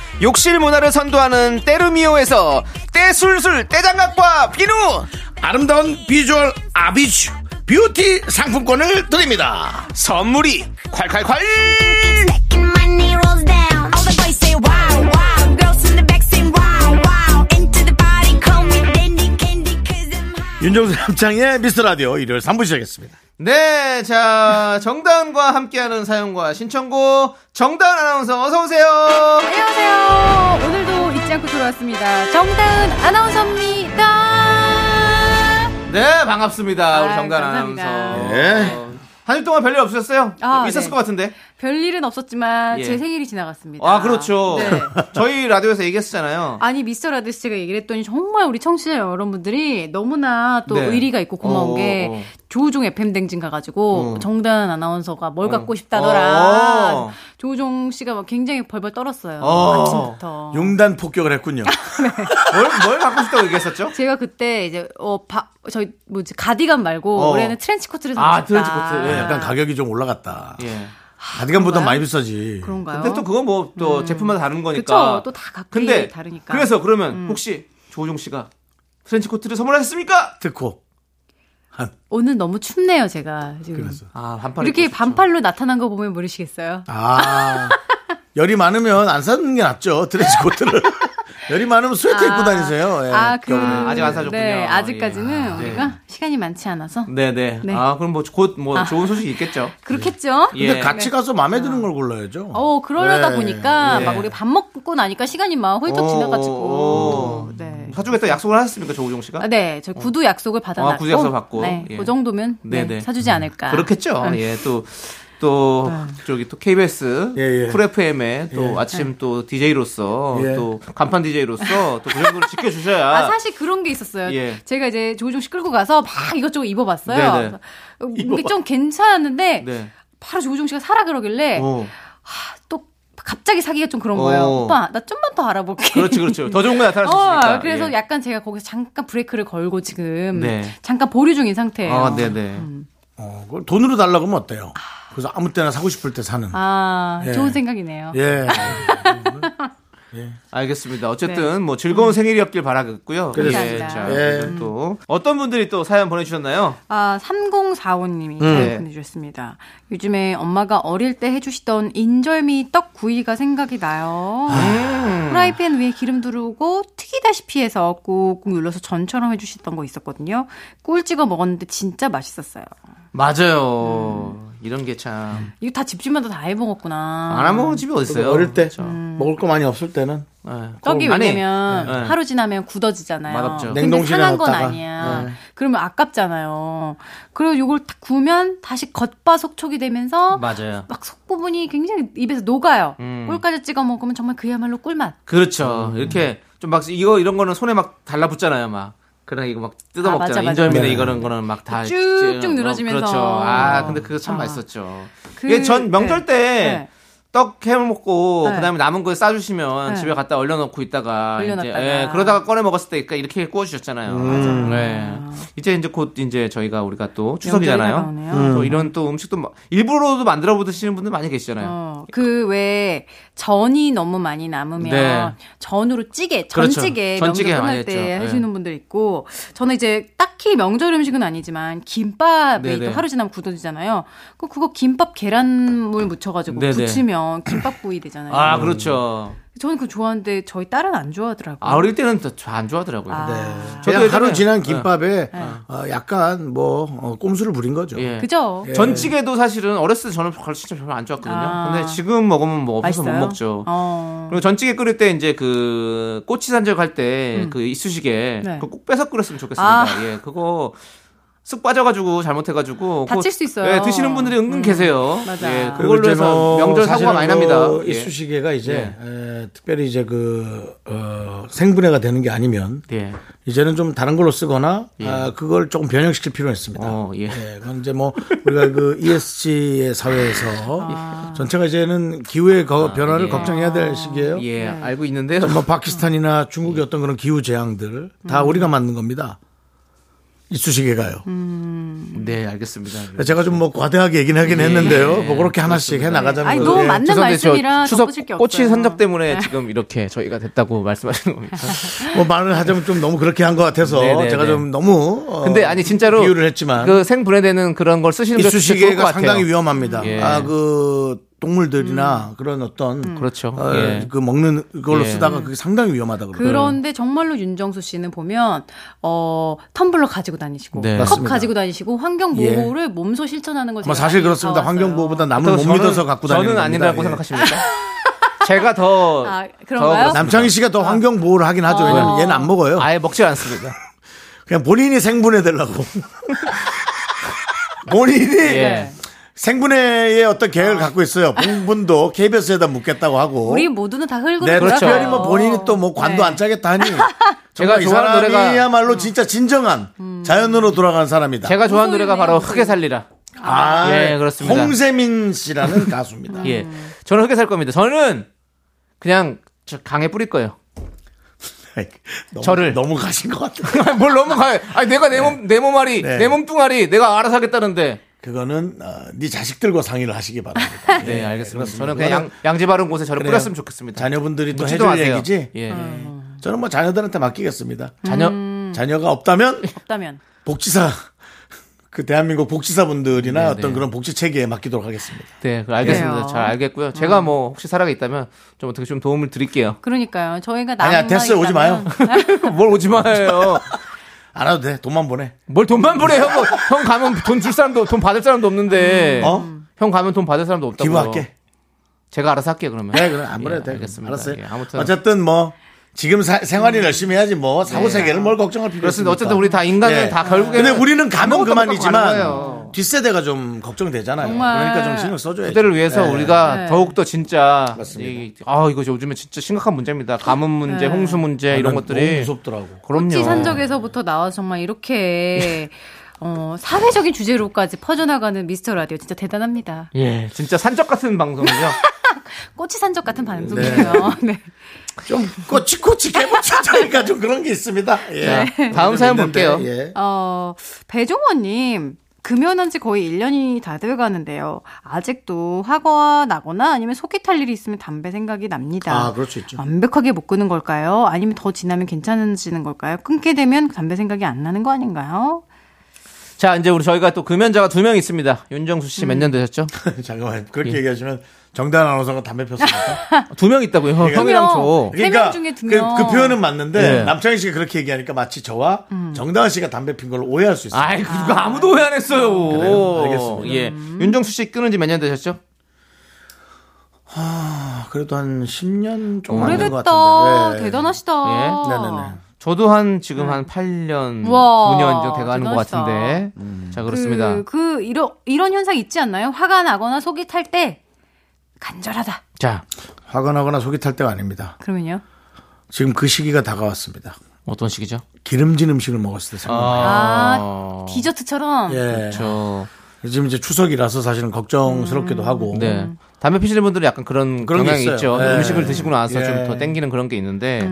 S3: 욕실 문화를 선도하는 때르미오에서 때술술 때장갑과 비누,
S2: 아름다운 비주얼 아비쥬 뷰티 상품권을 드립니다.
S3: 선물이 콸콸콸!
S5: Second money rolls down. All the boys say wow, wow. Girls in the back say wow, wow. Into the party, call me dandy candy, cause I'm high.
S2: 윤정수 남창의 미스터 라디오 일요일 3부 시작했습니다.
S3: 네, 자 정다은과 함께하는 사연과 신청곡 정다은 아나운서 어서 오세요.
S7: 안녕하세요. 오늘도 잊지 않고 들어왔습니다. 정다은 아나운서입니다.
S3: 네, 반갑습니다. 우리
S7: 아유,
S3: 정다은
S7: 감사합니다.
S3: 아나운서.
S2: 예.
S3: 한 주 동안 별일 없으셨어요?
S7: 아,
S3: 있었을
S7: 네.
S3: 것 같은데.
S7: 별일은 없었지만
S3: 예.
S7: 제 생일이 지나갔습니다.
S3: 아, 그렇죠.
S7: 네.
S3: 저희 라디오에서 얘기했잖아요.
S7: 아니 미스터 라디오 씨가 얘기를 했더니 정말 우리 청취자 여러분들이 너무나 또
S3: 네.
S7: 의리가 있고 고마운
S3: 어,
S7: 게
S3: 어, 어.
S7: 조우종 FM 댕진 가가지고
S3: 어.
S7: 정단 아나운서가 뭘
S3: 어.
S7: 갖고 싶다더라.
S3: 어.
S7: 조우종 씨가 막 굉장히 벌벌 떨었어요.
S3: 어.
S7: 아침부터.
S2: 용단 폭격을 했군요.
S3: 뭘, 뭘 갖고 싶다고 얘기했었죠?
S7: 제가 그때 이제 어저 희 뭐지 가디건 말고
S3: 어.
S7: 올해는 트렌치 코트를 사고
S3: 아,
S7: 싶다.
S3: 트렌치 코트. 예,
S2: 약간 가격이 좀 올라갔다.
S7: 아.
S3: 예.
S2: 가디건보다 많이 비싸지.
S7: 그런가요? 음.
S3: 근데 또 그건 뭐 또 제품마다 다른 거니까.
S7: 그쵸, 또다 각기
S3: 근데
S7: 다르니까. 음.
S3: 그래서 그러면 혹시 조우종 씨가 트렌치 코트를 선물하셨습니까?
S2: 특호.
S3: 음.
S7: 오늘 너무 춥네요 제가 지금.
S2: 그래서.
S3: 아, 반팔
S7: 이렇게
S3: 입고 싶죠.
S7: 반팔로 나타난 거 보면 모르시겠어요?
S2: 아. 열이 많으면 안 사는 게 낫죠. 드레스 코트를. 열이 많으면 스웨터 입고 다니세요. 예,
S7: 아, 그,
S2: 겨울에.
S3: 아직 안 사줬군요.
S7: 네, 아직까지는
S3: 예. 아, 네.
S7: 우리가 시간이 많지 않아서
S3: 네네.
S7: 네.
S3: 아, 그럼 뭐 곧 뭐 좋은 소식이 있겠죠.
S7: 그렇겠죠.
S2: 근데
S3: 예.
S2: 같이 가서 마음에 드는 걸 골라야죠.
S7: 어, 그러려다
S2: 네.
S7: 보니까
S3: 예.
S7: 막 우리 밥 먹고 나니까 시간이 막 훌쩍
S3: 오,
S7: 지나가지고.
S3: 오.
S7: 네.
S3: 사주겠다 약속을 하셨습니까, 조우종 씨가?
S7: 아, 네, 저 구두 약속을 받아놨고.
S3: 아, 구두 약속 받고.
S7: 네,
S3: 예.
S7: 그 정도면 네, 아, 네.
S3: 네네.
S7: 사주지 않을까.
S3: 그렇겠죠. 예, 또. 또 저기 또 KBS
S2: 예, 예.
S3: 쿨 FM의 또
S2: 예.
S3: 아침 또 DJ로서
S2: 예.
S3: 또 간판 DJ로서 또 그 정도를 지켜주셔야
S7: 아, 사실 그런 게 있었어요.
S3: 예.
S7: 제가 이제 조우종 씨 끌고 가서 막 이것저것 입어봤어요.
S3: 네네.
S7: 어, 근데 좀 괜찮았는데
S3: 네.
S7: 바로 조우종 씨가 사라 그러길래
S3: 어.
S7: 또 갑자기 사기가 좀 그런
S3: 어.
S7: 거예요. 오빠, 나 좀만 더 알아볼게.
S3: 그렇지 그렇죠 더 좋은 거 나타날 수 있으니까
S7: 어, 그래서
S3: 예.
S7: 약간 제가 거기서 잠깐 브레이크를 걸고 지금
S3: 네.
S7: 잠깐 보류 중인 상태예요. 음.
S3: 아 네네
S2: 어, 그걸 돈으로 달라고 하면 어때요? 그래서 아무 때나 사고 싶을 때 사는.
S7: 아,
S2: 예.
S7: 좋은 생각이네요.
S2: 예.
S3: 알겠습니다. 어쨌든 뭐 즐거운 생일이었길 바라겠고요.
S7: 네. 음. 그렇습니다.
S3: 자,
S2: 예.
S3: 그리고 또 어떤 분들이 또 사연 보내주셨나요?
S7: 아, 3045님이
S3: 네.
S7: 사연 보내주셨습니다. 요즘에 엄마가 어릴 때 해주시던 인절미 떡 구이가 생각이 나요.
S3: 아.
S7: 프라이팬 위에 기름 두르고 튀기다시피 해서 꾹꾹 눌러서 전처럼 해주시던 거 있었거든요. 꿀 찍어 먹었는데 진짜 맛있었어요.
S3: 맞아요. 음. 이런 게 참 안 하
S7: 이거 다 집집마다 다 해먹었구나.
S3: 먹은 집이 어디 있어요? 그렇죠. 예,
S2: 어릴 때 먹을 거 많이 없을 때는
S7: 떡이
S3: 아니,
S7: 왜냐면
S3: 네.
S7: 하루 지나면 굳어지잖아요.
S3: 맛없죠.
S7: 근데
S2: 냉동실에
S7: 상한 건
S2: 넣었다가. 네.
S7: 아니야. 그러면 아깝잖아요. 그리고 요걸 딱 구우면 다시 겉바속촉이 되면서
S3: 맞아요.
S7: 막 속 부분이 굉장히 입에서 녹아요.
S3: 음.
S7: 꿀까지 찍어 먹으면 정말 그야말로 꿀맛.
S3: 그렇죠.
S7: 음.
S3: 이렇게 좀 막 이거 이런 거는 손에 막 달라붙잖아요. 막 그래 이거 막 뜯어
S7: 아, 맞아,
S3: 먹잖아요.
S7: 맞아.
S3: 인절미나
S2: 네.
S3: 이거는 거는 막 다
S7: 쭉쭉 늘어지면서.
S3: 그렇죠. 아 근데 그거 참
S7: 아.
S3: 맛있었죠.
S7: 그-
S3: 이게 전 명절 때
S7: 네.
S3: 떡 해먹고
S7: 네.
S3: 그다음에 남은 거 싸주시면
S7: 네.
S3: 집에 갖다 얼려놓고 있다가
S7: 얼려놨다가. 음.
S3: 이제 예, 그러다가 꺼내 먹었을 때 그러니까 이렇게 구워주셨잖아요. 예. 이제 이제 곧 이제 저희가 우리가 또 추석이잖아요.
S7: 명절이 다가오네요.
S3: 또 이런 또 음식도 막 일부러도 만들어 보시는 분들 많이 계시잖아요.
S7: 어, 그왜 전이 너무 많이 남으면
S3: 네.
S7: 전으로 찌개,
S3: 그렇죠.
S7: 전찌개
S3: 전찌개
S7: 명절
S3: 많이
S7: 끝날 때
S3: 했죠. 네.
S7: 해주는 분들 있고 저는 이제 딱히 명절 음식은 아니지만 김밥이
S3: 네네.
S7: 또 하루 지나면 굳어지잖아요. 그 그거 김밥 계란물 묻혀가지고
S3: 네네.
S7: 부치면 김밥구이 되잖아요.
S3: 아 그렇죠.
S7: 저는 그거 좋아하는데 저희 딸은 안 좋아하더라고요.
S3: 아 어릴 때는 더 안 좋아하더라고요.
S7: 아.
S2: 그냥 하루
S3: 예전에- 네.
S2: 지난 김밥에 어, 약간 뭐 어, 꼼수를 부린 거죠.
S3: 예.
S7: 그죠?
S2: 예.
S3: 전찌개도 사실은 어렸을 때 저는 별- 진짜 별로 안 좋았거든요.
S7: 아.
S3: 근데 지금 먹으면 뭐 없어서
S7: 맛있어요?
S3: 못 먹죠.
S7: 어.
S3: 그리고 전찌개 끓일 때 이제 그 꼬치 산적할 때 그 이쑤시개
S7: 음. 네.
S3: 그꼭 빼서 끓였으면 좋겠습니다.
S7: 아.
S3: 예, 그거 쓱 빠져가지고 잘못해가지고
S7: 다칠
S3: 그거-
S7: 수 있어요.
S3: 예, 드시는 분들이 은근
S7: 음.
S3: 계세요.
S7: 맞아.
S3: 예,
S2: 그리고
S3: 그걸로
S2: 이제
S3: 해서
S2: 뭐
S3: 명절 사고가 많이
S2: 사실은
S3: 납니다.
S2: 뭐
S3: 예.
S2: 이쑤시개가 이제 에, 특별히 이제 그 어, 생분해가 되는 게 아니면
S3: 예.
S2: 이제는 좀 다른 걸로 쓰거나 아, 그걸 조금 변형시킬 필요가 있습니다.
S3: 어, 예.
S2: 예, 그건 이제 뭐 우리가 그 ESG의 사회에서
S3: 아.
S2: 전체가 이제는 기후의 거- 변화를 걱정해야 될 시기예요.
S3: 예,
S7: 네.
S3: 알고 있는데요.
S2: 뭐 파키스탄이나 중국의 어떤 그런 기후 재앙들
S3: 음.
S2: 다 우리가 만든 겁니다. 이쑤시개가요.
S3: 네, 알겠습니다.
S2: 제가 좀 뭐 과대하게 얘기는 하긴
S3: 예.
S2: 했는데요. 뭐 그렇게 하나씩 해 나가자는
S7: 아니,
S2: 거예요.
S7: 너무
S2: 예.
S7: 많네. 맞는
S3: 죄송한데 저
S7: 말씀이라
S3: 추석
S7: 덧붙일 게
S3: 꼬치
S7: 없어요. 네.
S3: 선적 때문에 지금 이렇게 저희가 됐다고 말씀하시는 겁니다.
S2: 뭐 말을 하자면 좀 너무 그렇게 한 것 같아서
S3: 네, 네,
S2: 제가
S3: 네.
S2: 좀 너무 어,
S3: 근데 아니 진짜로
S2: 비유를 했지만
S3: 그 생분해되는 그런 걸 쓰시는 게 진짜 좋을 것
S2: 이쑤시개가
S3: 같아요.
S2: 상당히 위험합니다.
S3: 예.
S2: 아 그 동물들이나
S7: 음.
S2: 그런 어떤
S3: 그렇죠.
S2: 어,
S3: 예.
S2: 그 먹는 그걸로
S3: 예.
S2: 쓰다가 그게 상당히 위험하다고 그래요.
S7: 그런데 정말로 윤정수 씨는 보면 어 텀블러 가지고 다니시고
S3: 네.
S7: 컵
S2: 맞습니다.
S7: 가지고 다니시고 환경 보호를 몸소 실천하는 거
S2: 예. 뭐
S7: 제가
S2: 사실
S7: 많이
S2: 그렇습니다.
S7: 봐왔어요.
S2: 환경보호보다 남을 못 믿어서 갖고 다니는
S3: 저는
S2: 겁니다.
S3: 아니라고
S2: 예.
S3: 생각하십니까? 제가 더
S7: 아,
S3: 저
S7: 그런가요?
S3: 그렇습니다.
S2: 예. 남창희 씨가
S7: 아.
S2: 더 환경 보호를 하긴 하죠. 왜냐면 얘는 안 먹어요.
S3: 아예 먹지 않습니다.
S2: 그냥 본인이 생분해 되려고. 본인이
S7: 네.
S3: 예.
S2: 생분해의 어떤 계획을 갖고 있어요. 봉분도 KBS에다 묻겠다고 하고.
S7: 아. 우리 모두는 다 흙으로
S2: 네,
S7: 돌아가요.
S2: 특별히 뭐 본인이 또 뭐 관도
S7: 네.
S2: 안 짜겠다 하니.
S3: 그렇죠. 제가
S2: 정말 이
S3: 좋아하는 노래가- 음.
S2: 사람이야말로 진짜 진정한 자연으로 돌아간 사람이다.
S3: 제가 좋아하는
S7: 웃음이네요,
S3: 노래가 바로
S7: 그게.
S3: 흑에 살리라.
S2: 아,
S3: 예, 그렇습니다.
S2: 홍세민 씨라는
S7: 음.
S2: 가수입니다.
S3: 예. 저는 흑에 살 겁니다. 저는 그냥 저 강에 뿌릴 거예요.
S2: 너무,
S3: 저를.
S2: 너무 가신 것 같아요.
S3: 뭘 너무 가요. 아니, 내가 내 몸, 내 몸알이,
S2: 네.
S3: 내 몸뚱아리, 내가 알아서 하겠다는데.
S2: 그거는 어, 네 자식들과 상의를 하시기 바랍니다.
S3: 네, 알겠습니다.
S2: 그렇습니다.
S3: 저는 그냥 양, 양지 바른 곳에 저를
S2: 그래요.
S3: 뿌렸으면 좋겠습니다.
S2: 자녀분들이 또
S3: 묻지도
S2: 해줄
S3: 마세요.
S2: 얘기지.
S3: 예.
S7: 음.
S3: 음.
S2: 저는 뭐 자녀들한테 맡기겠습니다. 음.
S3: 자녀,
S2: 자녀가 없다면
S7: 없다면
S2: 복지사 그 대한민국 복지사분들이나
S3: 네,
S2: 어떤
S3: 네.
S2: 그런 복지 체계에 맡기도록 하겠습니다.
S3: 네, 그 알겠습니다.
S7: 그래요.
S3: 잘 알겠고요. 제가
S2: 음.
S3: 뭐 혹시 살아가 있다면 좀 어떻게 좀 도움을 드릴게요.
S7: 그러니까요. 저희가 나
S2: 아니야 됐어요 오지 마요.
S3: 뭘 오지 마요.
S2: 안 와도 돼 돈만 보내.
S3: 뭘 돈만 보내 형. 뭐, 형 가면 돈 줄 사람도 돈 받을 사람도 없는데.
S2: 어?
S3: 형 가면 돈 받을 사람도 없다고.
S2: 기부할게.
S3: 제가 알아서 할게요 그러면.
S2: 네 그래 안
S3: 뭐. 예,
S2: 보내도 돼.
S3: 알겠습니다.
S2: 알았어요.
S3: 예, 아무튼 음.
S2: 어쨌든 뭐 지금 사- 생활이 열심히 해야지 뭐 사후 세계를 뭘 걱정할 필요
S3: 예.
S2: 있습니까?
S3: 그렇습니다. 어쨌든 우리 다 인간은
S2: 예.
S3: 다 결국에는
S2: 근데 우리는 가면
S3: 아무것도 못 하고 가는
S2: 그만이지만
S3: 거예요.
S2: 뒷세대가 좀 걱정되잖아요.
S7: 정말.
S2: 그러니까 좀 신경 써줘야죠.
S3: 그대를 위해서
S2: 예.
S3: 우리가
S7: 네.
S3: 더욱더 진짜
S2: 맞습니다. 네.
S3: 이- 아 이거 요즘에 진짜 심각한 문제입니다. 가뭄 문제, 홍수 문제 이런
S2: 아, 너무
S3: 것들이
S2: 무섭더라고.
S3: 그럼요.
S7: 지산적에서부터 나와서 정말 이렇게 어, 사회적인 주제로까지 퍼져나가는 미스터 라디오 진짜 대단합니다.
S3: 예, 진짜 산적 같은 방송이죠.
S7: 꼬치 산적 같은 방송이에요. 네.
S2: 좀 꼬치꼬치 개보자니까 좀 그런 게 있습니다. 예.
S3: 자,
S2: 좀
S3: 다음 사연
S2: 있는데,
S3: 볼게요.
S2: 예.
S7: 어, 배종원님. 금연한 지 거의 1년이 다 돼가는데요. 아직도 화가 나거나 아니면 속이 탈 일이 있으면 담배 생각이 납니다.
S2: 아, 그럴 수 있죠.
S7: 완벽하게 못 끄는 걸까요? 아니면 더 지나면 괜찮아지는 걸까요? 끊게 되면 담배 생각이 안 나는 거 아닌가요?
S3: 자, 이제 우리 저희가 또 금연자가 두 명 있습니다. 윤정수 씨 몇 년
S2: 음.
S3: 되셨죠?
S2: 잠깐만
S3: 예.
S2: 그렇게 얘기하시면 정단 아나운서가 담배 폈습니까?
S3: 두 명 있다고요. 형, 형이랑 저.
S7: 세명 중에 두
S2: 그,
S7: 명.
S2: 그 표현은 맞는데
S3: 예.
S2: 남창희 씨가 그렇게 얘기하니까 마치 저와
S7: 음.
S2: 정다은 씨가 담배 핀 걸 오해할 수 있어요.
S3: 아이, 그거 아무도 오해 안 했어요.
S2: 그래요? 알겠습니다. 음.
S3: 예. 윤정수 씨 끊은 지 몇 년 되셨죠?
S2: 아, 그래도 한 10년 좀 넘은 것
S7: 오래됐다.
S2: 같은데. 예.
S7: 대단하시다.
S3: 예.
S2: 네네네.
S3: 저도 한 지금
S2: 네.
S3: 한 8년,
S7: 우와,
S3: 9년 정도 돼가는 것
S7: 대단하시다.
S3: 같은데.
S2: 음.
S3: 자, 그렇습니다.
S7: 그, 그 이런 이런 현상 있지 않나요? 화가 나거나 속이 탈 때 간절하다.
S3: 자,
S2: 화가 나거나 속이 탈 때가 아닙니다.
S7: 그러면요?
S2: 지금 그 시기가 다가왔습니다.
S3: 어떤 식이죠?
S2: 기름진 음식을 먹었을 때 생각.
S3: 어.
S7: 아, 디저트처럼.
S2: 예.
S3: 저,
S2: 지금 이제 추석이라서 사실은
S7: 음.
S2: 걱정스럽기도 하고.
S3: 네. 담배 피시는 분들은 약간 그런,
S2: 음. 그런 게
S3: 경향이
S2: 있어요.
S3: 있죠.
S2: 예.
S3: 음식을 드시고 나서
S2: 예. 음.
S3: 좀 더 땡기는 그런 게 있는데.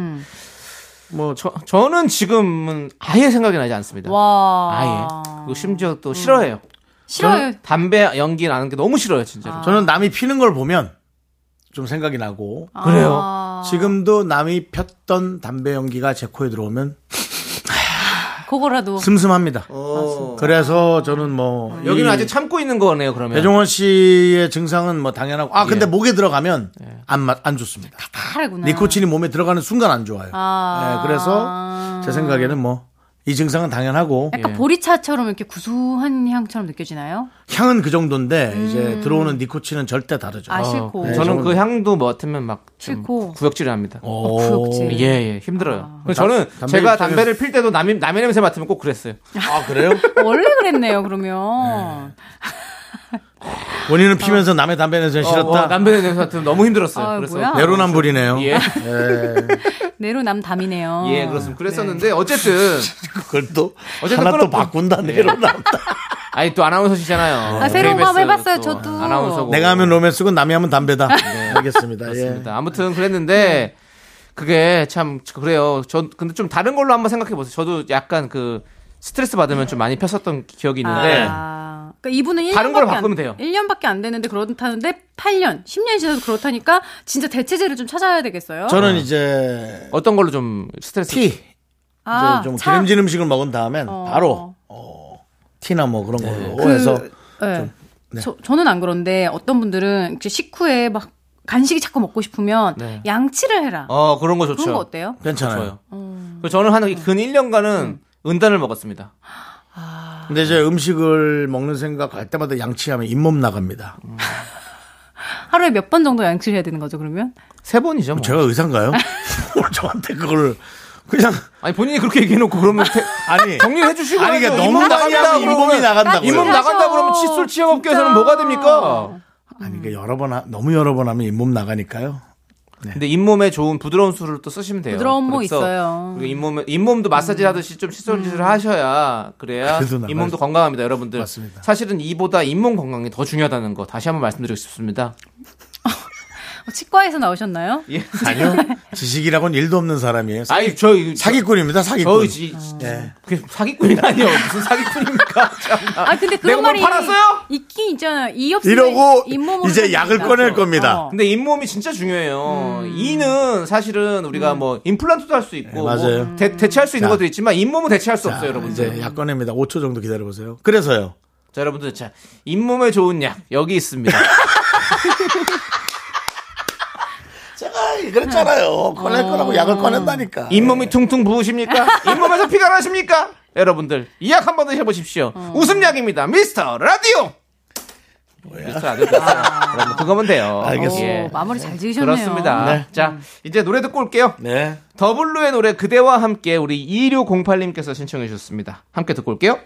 S3: 뭐, 저, 저는 지금은 아예 생각이 나지 않습니다. 아예.
S7: 와.
S3: 그리고 심지어 또 싫어해요.
S7: 싫어요.
S3: 저는 담배 연기 나는 게 너무 싫어요, 진짜로.
S2: 저는 남이 피는 걸 보면 좀 생각이 나고.
S3: 그래요.
S7: 아,
S2: 지금도 남이 폈던 담배 연기가 제 코에 들어오면
S7: 그거라도.
S2: 슴슴합니다.
S7: 어.
S2: 그래서 저는 뭐
S3: 여기는
S2: 이
S3: 아직 참고 있는 거네요, 그러면.
S2: 예. 배종원 씨의 증상은 뭐 당연하고 아 근데
S3: 예.
S2: 목에 들어가면 안 맛 안 좋습니다.
S7: 카라구나.
S2: 니코틴이 몸에 들어가는 순간 안 좋아요.
S7: 아.
S2: 네, 그래서 제 생각에는 뭐 이 증상은 당연하고
S3: 예.
S7: 약간 보리차처럼 이렇게 구수한 향처럼 느껴지나요?
S2: 향은 그 정도인데 이제 들어오는 니코틴은 절대 다르죠.
S7: 아,
S3: 어,
S7: 싫고.
S3: 저는 그 향도 맡으면 막좀
S7: 싫고. 어. 아.
S3: 구역질을 합니다.
S2: 오.
S7: 구역질.
S3: 예, 예, 힘들어요. 그래서 저는
S2: 담배
S3: 제가
S2: 입장에서-
S3: 담배를 필 때도 남이, 남의 냄새 맡으면 꼭 그랬어요.
S2: 아 그래요?
S7: 원래 그랬네요, 그러면.
S2: 본인은 피면서 남의 담배 냄새
S3: 어, 어,
S2: 싫었다.
S3: 남의 냄새 맡으면 너무 힘들었어요.
S7: 아,
S3: 그래서
S7: 뭐야? 아.
S2: 내로남불이네요.
S3: 예,
S7: 내로남 담이네요.
S3: 네. 예, 그렇습니다. 그랬었는데
S7: 네.
S3: 어쨌든
S2: 그걸 또
S3: 어쨌든
S2: 하나 또
S3: 끊었고.
S2: 바꾼다
S3: 네.
S2: 내로남다.
S3: 아니 또 아나운서시잖아요.
S7: 아, 새로운
S3: KBS
S7: 마음
S3: 도
S7: 해봤어요,
S3: 또
S7: 저도.
S3: 아나운서고.
S2: 내가 하면 로맨스고 남이 하면 담배다. 알겠습니다. 예.
S3: 그렇습니다. 아무튼
S2: 네.
S3: 그랬는데 그게 참 그래요. 전 근데 좀 다른 걸로 한번 생각해 보세요. 저도 약간 그 스트레스 받으면 좀 많이 폈었던 기억이 있는데
S7: 아, 그러니까 이분은 1년밖에
S3: 네. 다른 걸로 바꾸면 돼요.
S7: 1년밖에 안 되는데 그렇다는데 8년, 10년이 지나서 그렇다니까 진짜 대체제를 좀 찾아야 되겠어요.
S2: 예. 저는 이제
S3: 어떤 걸로 좀 스트레스
S2: 티 이제
S7: 아,
S2: 좀
S7: 차.
S2: 기름진 음식을 먹은 다음엔
S7: 어.
S2: 바로 어, 티나 뭐 그런 걸로 해서
S7: 네. 저, 저는 안 그런데 어떤 분들은 이제 식후에 막 간식이 자꾸 먹고 싶으면
S3: 네.
S7: 양치를 해라.
S3: 어 그런 거 좋죠.
S7: 그런 거 어때요? 음.
S2: 괜찮아요.
S3: 좋아요. 그래서 저는 한 근 1년간은 은단을 먹었습니다.
S2: 근데 이제 음식을 먹는 생각할 때마다 양치하면 잇몸 나갑니다.
S7: 하루에 몇 번 정도 양치를 해야 되는 거죠, 그러면?
S3: 세 번이죠. 뭐.
S2: 제가 의사인가요? 저한테 그걸
S8: 그냥
S3: 아니 본인이 그렇게 얘기해놓고 그러면 태-
S8: 아니
S3: 정리를 해주시고
S2: 아니, 그러니까 너무 많이 하면 인범이 나간다고요.
S3: 인범 나간다 그러면
S7: 하죠.
S3: 칫솔 취업업계에서는 뭐가 됩니까?
S2: 아니, 그 여러 번, 하- 너무 여러 번 하면 잇몸 나가니까요.
S3: 근데 잇몸에 좋은 부드러운 술을 또 쓰시면 돼요.
S7: 부드러운 모
S3: 그래서
S7: 있어요. 음.
S3: 그리고 잇몸 잇몸도 마사지 하듯이 좀 칫솔질을 하셔야 그래야
S2: 그래도 나가야지.
S3: 잇몸도 건강합니다, 여러분들.
S2: 맞습니다.
S3: 사실은 이보다 잇몸 건강이 더 중요하다는 거 다시 한번 말씀드리고 싶습니다.
S7: 어, 치과에서 나오셨나요?
S3: 예.
S2: 아니요. 지식이라고는 일도 없는 사람이에요. 사-
S3: 아니 저 이거-
S2: 사기꾼입니다, 사기꾼.
S3: 저희
S7: 아.
S3: 지- 그게 사기꾼이 아니요 무슨 사기꾼입니까? 참나.
S7: 아 근데 그런
S3: 내가 뭘
S7: 말이
S3: 팔았어요?
S7: 있긴 있잖아요. 이 없으면
S2: 이러고
S7: 잇몸으로
S2: 이제
S7: 사는
S2: 약을
S7: 거니까.
S2: 꺼낼 겁니다.
S7: 어.
S3: 근데 잇몸이 진짜 중요해요.
S7: 음.
S3: 이는 사실은 우리가 뭐 임플란트도 할 수 있고
S2: 네, 맞아요. 네.
S3: 뭐 대, 체할수 있는 것도 있지만 잇몸은 대체할 수 없어요, 여러분들.
S2: 아, 이제 약 꺼냅니다. 5초 정도 기다려보세요. 그래서요.
S3: 자, 여러분들 자 잇몸에 좋은 약 여기 있습니다.
S2: 제가 그랬잖아요. 꺼낼 거라고 약을 꺼낸다니까.
S3: 아, 잇몸이 퉁퉁 부으십니까? 잇몸에서 피가 나십니까? 여러분들 이 약 한번 드셔보십시오. 웃음약입니다. 미스터 라디오. 미스터 라디오. 됐어요. 여러분 그거면 돼요.
S7: 오,
S2: 알겠습니다.
S3: 예.
S7: 어, 마무리 잘 지으셨네요.
S3: 그렇습니다. 자 이제 노래 듣고 올게요.
S2: 네.
S3: 더블루의 노래 그대와 함께 우리 2608님께서 신청해 주셨습니다. 함께 듣고 올게요.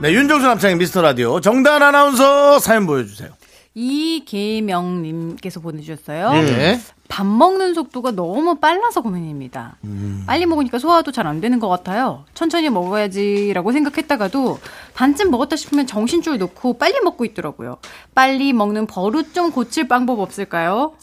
S2: 네, 윤정수 남창의 미스터 라디오 정단 아나운서 사연 보여주세요.
S7: 이계명님께서 보내주셨어요.
S2: 음.
S3: 네.
S7: 밥 먹는 속도가 너무 빨라서 고민입니다.
S2: 음.
S7: 빨리 먹으니까 소화도 잘 안 되는 것 같아요. 천천히 먹어야지라고 생각했다가도 반쯤 먹었다 싶으면 정신줄 놓고 빨리 먹고 있더라고요. 빨리 먹는 버릇 좀 고칠 방법 없을까요?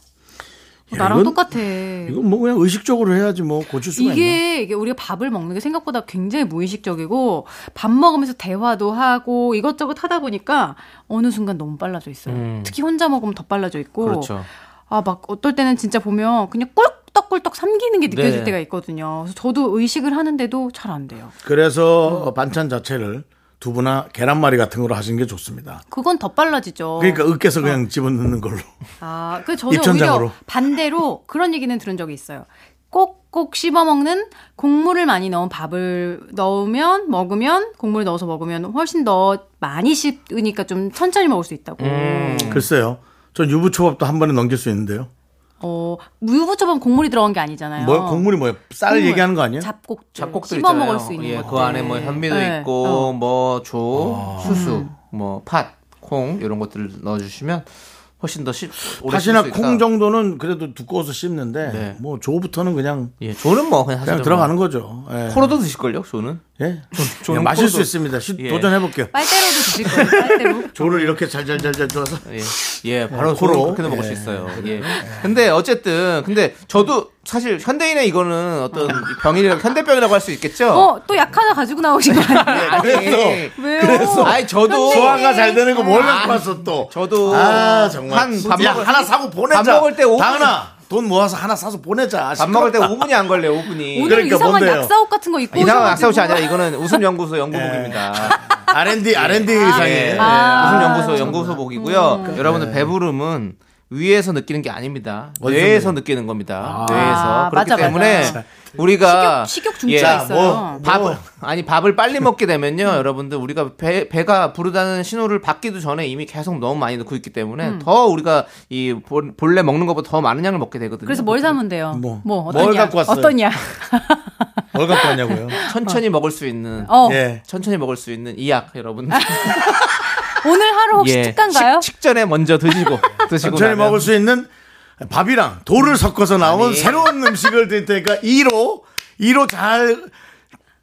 S7: 어, 나랑
S2: 이건-
S7: 똑같아.
S2: 이건 뭐 그냥 의식적으로 해야지 뭐 고칠 수가 있나.
S7: 이게, 이게 우리가 밥을 먹는 게 생각보다 굉장히 무의식적이고 밥 먹으면서 대화도 하고 이것저것 하다 보니까 어느 순간 너무 빨라져 있어요.
S2: 음.
S7: 특히 혼자 먹으면 더 빨라져 있고.
S3: 그렇죠.
S7: 아, 막 어떨 때는 진짜 보면 그냥 꿀떡꿀떡 삼기는 게 느껴질
S2: 네.
S7: 때가 있거든요. 그래서 저도 의식을 하는데도 잘 안 돼요.
S2: 그래서 반찬 자체를 두부나 계란말이 같은 걸로 하시는 게 좋습니다.
S7: 그건 더 빨라지죠.
S2: 그러니까 으깨서 그냥 집어넣는 걸로.
S7: 아, 그 저는
S2: 입천장으로.
S7: 오히려 반대로 그런 얘기는 들은 적이 있어요. 꼭꼭 씹어 먹는 국물을 많이 넣은 밥을 넣으면 먹으면 국물 넣어서 먹으면 훨씬 더 많이 씹으니까 좀 천천히 먹을 수 있다고.
S3: 음.
S7: 음.
S2: 글쎄요. 전 유부초밥도 한 번에 넘길 수 있는데요.
S7: 어, 무부처럼 국물이 네. 들어간 게 아니잖아요.
S2: 뭐 국물이 뭐예요? 쌀
S7: 국물,
S2: 얘기하는 거 아니에요?
S7: 잡곡
S3: 잡곡들
S7: 씹어
S3: 있잖아요.
S7: 먹을 수 있는
S3: 예,
S7: 것들.
S3: 그 안에 뭐 현미도
S7: 네.
S3: 있고
S7: 어.
S3: 뭐 조, 수수, 뭐 팥, 콩 이런 것들을 넣어주시면 훨씬 더 씹, 오래
S2: 팥이나
S3: 씹을 수
S2: 콩
S3: 있다.
S2: 정도는 그래도 두꺼워서 씹는데
S3: 네.
S2: 뭐 조부터는 그냥
S3: 예, 조는 뭐 그냥
S2: 그냥
S3: 사실
S2: 들어가는 거죠. 예.
S3: 뭐 코로도 드실걸요, 조는.
S2: 예?
S3: 저는
S2: 그냥 마실 수
S3: 코로도-
S2: 있습니다. 시-
S3: 예.
S2: 도전해볼게요.
S7: 빨대로도 드실 거예요. 빨대로.
S2: 조를 이렇게
S7: 아,
S2: 잘잘잘잘 줘서
S3: 예, 예 바로
S2: 코로.
S3: 코로 그렇게 먹을 수 있어요. 예. 근데 어쨌든 근데 저도 사실 현대인의 이거는 어떤 병이라고 현대병이라고 할 수 있겠죠.
S7: 어, 또 약 하나 가지고 나오신 거 아니에요?
S3: 아니,
S2: 그래서-
S7: 왜요? 어,
S3: 아니 저도
S2: 소화가 잘 되는 거 뭘 갖고 왔어 또.
S3: 아, 저도
S2: 아 정말.
S3: 한밥
S2: 야,
S3: 먹을
S2: 하나 사고 보내자.
S3: 밥 먹을 때 오븐-
S2: 다은아 돈 모아서 하나 사서 보내자.
S3: 밥 먹을 때
S2: 시끄럽다.
S3: 5분이 안 걸려요, 5분이.
S7: 오늘
S2: 그러니까
S7: 이상한
S2: 뭔데요?
S7: 약사옷 같은 거 입고
S3: 이상한
S7: 오셔가지고.
S3: 악사우치 아니라 이거는 웃음 연구소 연구복입니다.
S2: R&D R&D
S3: 예.
S2: 의상이에요.
S7: 아. 음.
S3: 웃음 연구소 연구소복이고요. 여러분들 배부름은 위에서 느끼는 게 아닙니다. 뇌에서 느끼는 겁니다. 뇌에서
S7: 아,
S3: 그렇기
S7: 맞아, 맞아.
S3: 때문에 우리가
S7: 식욕, 식욕 중지가
S3: 예,
S7: 있어요.
S2: 뭐,
S3: 밥을 아니 밥을 빨리 먹게 되면요 여러분들 우리가 배, 배가 부르다는 신호를 받기도 전에 이미 계속 너무 많이 넣고 있기 때문에
S7: 음.
S3: 더 우리가 이 본- 본래 먹는 것보다 더 많은 양을 먹게 되거든요
S7: 그래서 뭘 사면 돼요?
S2: 뭐,
S7: 뭐,
S2: 뭘
S7: 어떤 약?
S2: 갖고 왔어요?
S7: 어떤 약?
S2: 뭘 갖고 왔냐고요?
S3: 천천히 먹을 수 있는
S7: 어,
S2: 예.
S3: 천천히 먹을 수 있는 이 약 여러분들
S7: 오늘 하루 혹시
S3: 예.
S7: 특가인가요?
S3: 식- 식전에 먼저 드시고 드시고
S2: 천천히
S3: 나면 음.
S2: 먹을 수 있는 밥이랑 돌을 섞어서 나온
S3: 아니.
S2: 새로운 음식을 드릴 테니까 2로 2로 잘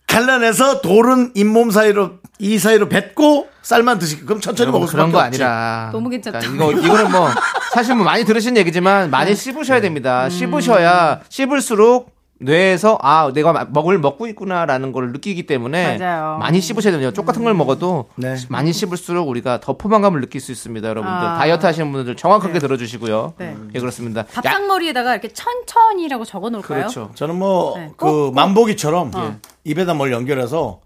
S2: 갈라내서 돌은 잇몸 사이로 이 사이로 뱉고 쌀만 드시고 그럼 천천히
S3: 여러분,
S2: 먹을 수밖에
S3: 어, 뭐 그런 거
S2: 없지.
S3: 아니라
S7: 너무 괜찮다.
S3: 이거 이거는 뭐 사실 뭐 많이 들으신 얘기지만
S7: 네.
S3: 많이 씹으셔야 됩니다.
S7: 음.
S3: 씹으셔야 씹을수록 뇌에서 아 내가 마- 먹을 먹고 있구나라는 걸 느끼기 때문에
S7: 맞아요. 음.
S3: 많이 씹으셔야 됩니다. 똑같은 걸 먹어도
S2: 네.
S3: 많이 씹을수록 우리가 더 포만감을 느낄 수 있습니다, 여러분들.
S7: 아.
S3: 다이어트 하시는 분들 정확하게 들어주시고요.
S7: 네.
S3: 예 그렇습니다. 야-
S7: 밥상머리에다가 이렇게 천천히라고 적어 놓을까요?
S3: 그렇죠.
S2: 저는 뭐 그
S7: 네. 꼭,
S2: 만보기처럼 예. 입에다 뭘 연결해서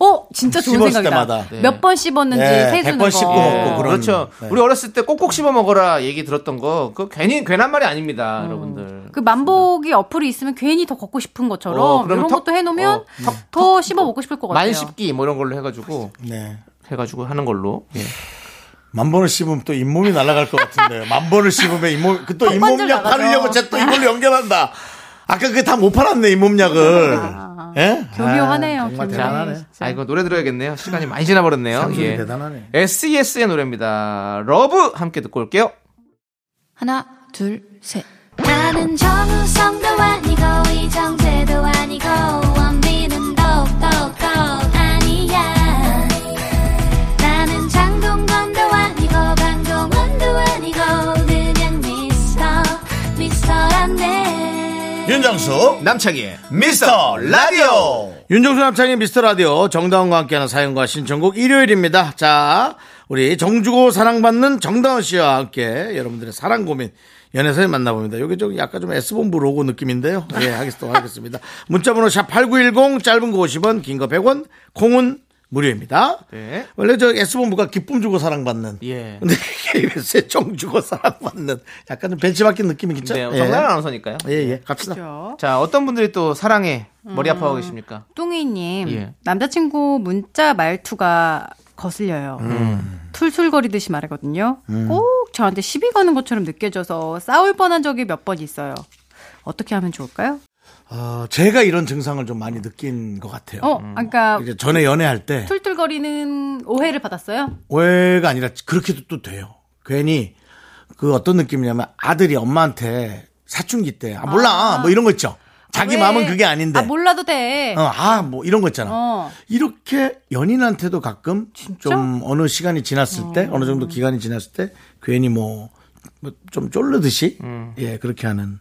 S7: 어, 진짜 좋은
S2: 씹었을
S7: 생각이다.
S2: 때마다.
S3: 네.
S7: 몇 번 씹었는지
S2: 예,
S7: 세주는 거.
S2: 100번 씹고 먹고.
S3: 예,
S2: 그런-
S3: 그렇죠.
S2: 네.
S3: 우리 어렸을 때 꼭꼭 씹어 먹어라 얘기 들었던 거, 그 괜히 괜한 말이 아닙니다, 여러분들.
S7: 그 만보기 어플이 있으면 괜히 더 걷고 싶은 것처럼
S3: 어, 그러면
S7: 이런
S3: 턱-
S7: 것도 해놓으면
S3: 어, 턱-
S7: 더 씹어 먹고 싶을 것 같아요.
S3: 만씹기 뭐 이런 걸로 해가지고
S2: 네.
S3: 해가지고 하는 걸로. 예.
S2: 만 번을 씹으면 또 잇몸이 날아갈 것 같은데요. 만 번을 씹으면 잇몸, 그 또
S7: 턱 관절
S2: 잇몸약
S7: 나가죠.
S2: 바르려고 쟤 또 이걸로 연결한다.
S8: 아까 그게 다 못 팔았네, 잇몸약을.
S7: 아,
S8: 예?
S7: 교묘하네요.
S8: 아, 정말
S7: 교묘해.
S8: 대단하네.
S3: 아, 이거 노래 들어야겠네요. 시간이 많이 지나버렸네요. 예.
S8: 삼촌이 대단하네.
S3: SES의 노래입니다. 러브 함께 듣고 올게요.
S9: 하나, 둘, 셋.
S5: 나는 정우성도 아니고 이정재도 아니고 원빈은 더욱더 아니야 나는 장동건도 아니고 강동원도 아니고 그냥 미스터 미스터란데
S8: 윤정수,
S3: 남창희의
S8: 미스터 라디오.
S2: 윤정수 남창의 미스터 라디오 정다운과 함께하는 사연과 신청곡 일요일입니다. 자, 우리 정주고 사랑받는 정다운 씨와 함께 여러분들의 사랑 고민 연애사에 만나봅니다. 요게 좀 약간 좀 S본부 로고 느낌인데요. 예, 하겠습니다. 하겠습니다. 문자번호 샵8910 짧은 거 50원, 긴 거 100원, 콩은 무료입니다.
S3: 네.
S2: 원래 저 S본부가 기쁨 주고 사랑받는.
S3: 예.
S2: 근데 KBS에 정 주고 사랑받는 약간 좀 벤치마킹 느낌이겠죠?
S3: 네,
S2: 예.
S3: 정답은 아나운서니까요.
S2: 예, 예. 갑시다.
S7: 그죠?
S3: 자, 어떤 분들이 또 사랑에 머리
S7: 음.
S3: 아파하고 계십니까?
S7: 뚱이님
S3: 예.
S7: 남자친구 문자 말투가 거슬려요.
S2: 음.
S7: 툴툴거리듯이 말하거든요. 꼭 저한테 시비 거는 것처럼 느껴져서 싸울 뻔한 적이 몇 번 있어요. 어떻게 하면 좋을까요?
S2: 어, 제가 이런 증상을 좀 많이 느낀 것 같아요.
S7: 어,
S3: 음.
S7: 아, 그러니까
S2: 이제 전에 연애할 때
S7: 툴툴거리는 오해를 받았어요.
S2: 오해가 아니라 그렇게도 또 돼요. 괜히 그 어떤 느낌이냐면 아들이 엄마한테 사춘기 때 아, 몰라 뭐 이런 거 있죠. 자기
S7: 왜?
S2: 마음은 그게 아닌데
S7: 아 몰라도 돼.
S2: 어, 아, 뭐 이런 거 있잖아.
S7: 어.
S2: 이렇게 연인한테도 가끔 좀 어느 시간이 지났을 때, 어느 정도 기간이 지났을 때 괜히 뭐, 뭐좀 쫄르듯이 예 그렇게 하는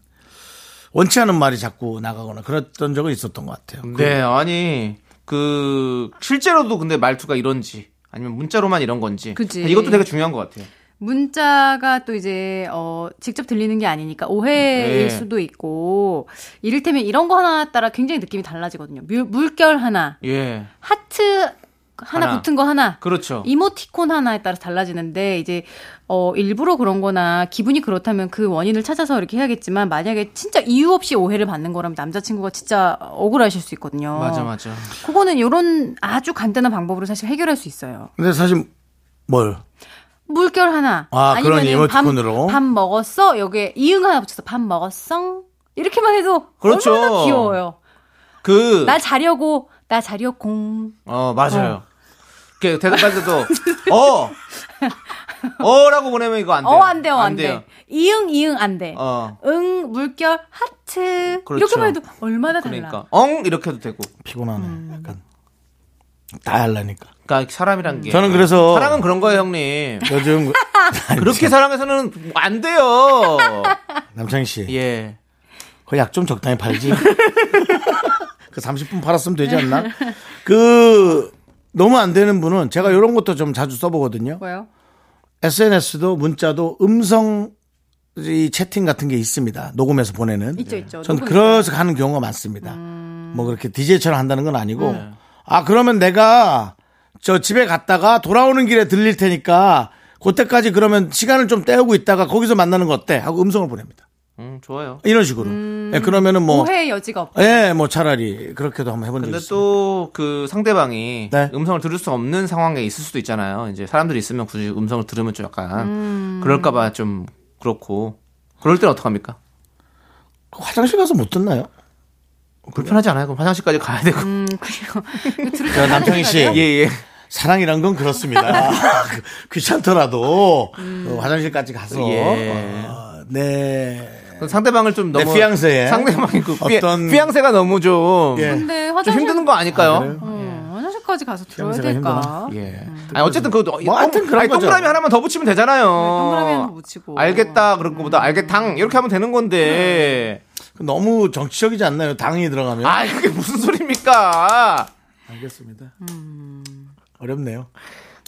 S2: 원치 않은 말이 자꾸 나가거나 그랬던 적은 있었던 것 같아요.
S3: 네, 아니, 그, 실제로도 근데 말투가 이런지, 아니면 문자로만 이런 건지.
S7: 그지.
S3: 이것도 되게 중요한 것 같아요.
S7: 문자가 또 이제 어 직접 들리는 게 아니니까 오해일
S3: 네.
S7: 수도 있고 이를테면 이런 거 하나 따라 굉장히 느낌이 달라지거든요. 물, 물결 하나,
S3: 예.
S7: 하트 하나,
S3: 하나.
S7: 붙은 거 하나.
S3: 그렇죠.
S7: 이모티콘 하나에 따라 달라지는데 이제 어 일부러 그런 거나 기분이 그렇다면 그 원인을 찾아서 이렇게 해야겠지만 만약에 진짜 이유 없이 오해를 받는 거라면 남자친구가 진짜 억울하실 수
S8: 어.
S7: 있거든요.
S3: 맞아, 맞아.
S7: 그거는 요런 아주 간단한 방법으로 사실 해결할 수 있어요.
S2: 근데 사실 뭘
S7: 물결 하나.
S2: 아, 그런
S7: 아니면은
S2: 이모티콘으로?
S7: 밥, 밥 먹었어? 여기에 이응 하나 붙여서 밥 먹었어? 이렇게만 해도
S3: 그렇죠.
S7: 얼마나 귀여워요.
S3: 그,
S7: 나 자려고, 나 자려 공.
S3: 어, 맞아요. 이렇게 대답할 때도, 어! 어! 라고 보내면 이거 안 돼요.
S7: 어, 안 돼요, 안, 돼. 이응, 이응, 안 돼.
S3: 어.
S7: 응, 물결, 하트.
S3: 그렇죠.
S7: 이렇게만 해도 얼마나 달라.
S3: 그러니까, 엉! 이렇게 해도 되고.
S2: 피곤하네. 약간 다 할라니까.
S3: 그러니까
S7: 음.
S3: 사람이란 게.
S2: 저는 그래서-
S3: 사랑은 그런 거예요, 형님.
S2: 요즘 그- 아니,
S3: 그렇게 사랑해서는 안 돼요.
S2: 남창희 씨,
S3: 예.
S2: 그 약 좀 적당히 팔지. 그 30분 팔았으면 되지 않나? 그 너무 안 되는 분은 제가 이런 것도 좀 자주 써보거든요.
S7: 뭐요?
S2: SNS도 문자도 음성 이 채팅 같은 게 있습니다. 녹음해서 보내는.
S7: 있죠, 있죠.
S2: 전
S7: 녹음
S2: 그래서 하는 경우가 많습니다. 뭐 그렇게 DJ처럼 한다는 건 아니고 아 그러면 내가 저 집에 갔다가 돌아오는 길에 들릴 테니까 그때까지 그러면 시간을 좀 때우고 있다가 거기서 만나는 거 어때? 하고 음성을 보냅니다.
S3: 음, 좋아요.
S2: 이런 식으로. 예, 그러면은 뭐
S7: 음, 오해의 여지가 없.
S2: 예, 뭐 차라리 그렇게도 한번 해본 적이
S3: 근데
S2: 있어요.
S3: 또 그 상대방이
S2: 네.
S3: 음성을 들을 수 없는 상황에 있을 수도 있잖아요. 이제 사람들이 있으면 굳이 음성을 들으면 좀 약간
S7: 음.
S3: 그럴까봐 좀 그렇고 그럴 땐 어떡합니까?
S2: 화장실 가서 못 듣나요?
S3: 불편하지 않아요? 그럼 화장실까지 가야 되고
S7: 음, 그리고
S2: 저 남창희 씨. 네.
S3: 예예
S2: 사랑이란 건 그렇습니다. 귀찮더라도
S7: 음.
S2: 어, 화장실까지 가서
S3: 예.
S2: 어, 네.
S3: 상대방을 좀
S2: 내
S3: 너무
S2: 네, 피앙세의
S3: 상대방이 그 피,
S2: 어떤-
S3: 피앙세가 너무 좀,
S2: 예.
S7: 근데
S3: 좀
S7: 화장실,
S3: 힘드는 거 아닐까요?
S7: 어, 화장실까지 가서 들어야
S2: 냄새가
S7: 될까?
S3: 예.
S7: 음.
S3: 아니 어쨌든 그
S2: 뭐 하여튼 그런 거죠.
S3: 동그라미 하나만 더 붙이면 되잖아요.
S7: 네, 동그라미 하나 붙이고.
S3: 어, 알겠다 그런 거보다 알겠당 이렇게 하면 되는 건데.
S2: 너무 정치적이지 않나요? 당이 들어가면
S3: 아 그게 무슨 소리입니까?
S2: 알겠습니다.
S7: 음.
S2: 어렵네요.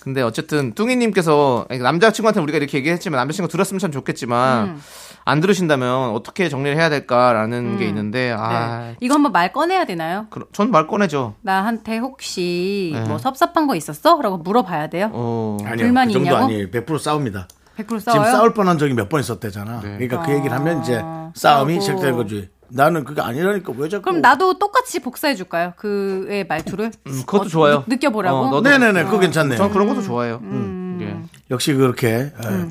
S3: 근데 어쨌든 뚱이님께서 남자친구한테 우리가 이렇게 얘기했지만 남자친구 들었으면 참 좋겠지만
S7: 음.
S3: 안 들으신다면 어떻게 정리를 해야 될까라는 게 있는데 아
S7: 음. 네. 이거 한번 말 꺼내야 되나요?
S3: 전 말 꺼내죠.
S7: 나한테 혹시 뭐 섭섭한 거 있었어? 라고 물어봐야 돼요.
S3: 네. 어.
S2: 아니요.
S7: 불만이
S2: 그 정도
S7: 있냐고?
S2: 아니에요. 100% 싸웁니다.
S7: 100% 싸워요? 네.
S2: 지금 싸울 뻔한 적이 몇 번 있었대잖아. 그러니까 그 얘기를 하면 이제 싸움이
S7: 아, 싸우고.
S2: 시작된 거지. 나는 그게 아니라니까 왜 자꾸
S7: 그럼 나도 똑같이 복사해 줄까요? 그의 말투를?
S3: 음, 그것도 좋아요.
S7: 느, 껴보라고
S3: 어, 너도-
S2: 네네네.
S7: 아.
S2: 그거 괜찮네요.
S3: 전 그런 것도 좋아해요.
S7: 음.
S3: 예.
S2: 역시 그렇게 어,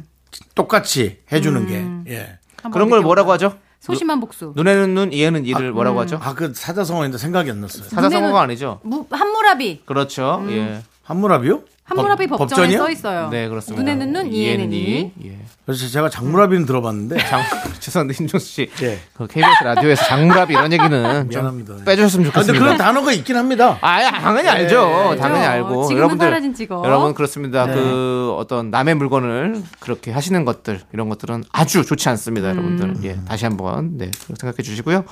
S2: 똑같이 해주는 게 예.
S7: 음.
S3: 그런 걸 네. 뭐라고 하죠?
S7: 소심한 복수.
S3: 눈에는 눈, 이에는 이를 뭐라고 하죠?
S2: 아 그 사자성어인데 생각이 안 났어요.
S3: 사자성어가
S7: 눈에는- 음.
S3: 아니죠?
S7: 무, 한무라비.
S3: 그렇죠. 예.
S2: 한무라비요?
S7: 한무라비
S2: 법-
S7: 법정에
S2: 법전이요? E
S7: 써 있어요.
S3: 네, 그렇습니다.
S7: 눈에는 눈, 이에는 E. 이.
S3: 예.
S2: 그래서 제가 장무라비는 들어봤는데
S3: 음. 장, 죄송한데, 윤종수 씨.
S2: 예.
S3: 그 KBS 라디오에서 장무랍 이런 얘기는
S2: 미안합니다.
S3: 좀 빼주셨으면
S2: 아, 근데 네.
S3: 좋겠습니다.
S2: 그런 단어가 있긴 합니다.
S3: 아, 야, 당연히 알죠. 당연히 알고.
S7: 지금은 사라진 직업.
S3: 여러분 그렇습니다.
S2: 네.
S3: 그 어떤 남의 물건을 그렇게 하시는 것들 이런 것들은 아주 좋지 않습니다,
S7: 음.
S3: 여러분들. 예, 다시 한번 네 생각해 주시고요.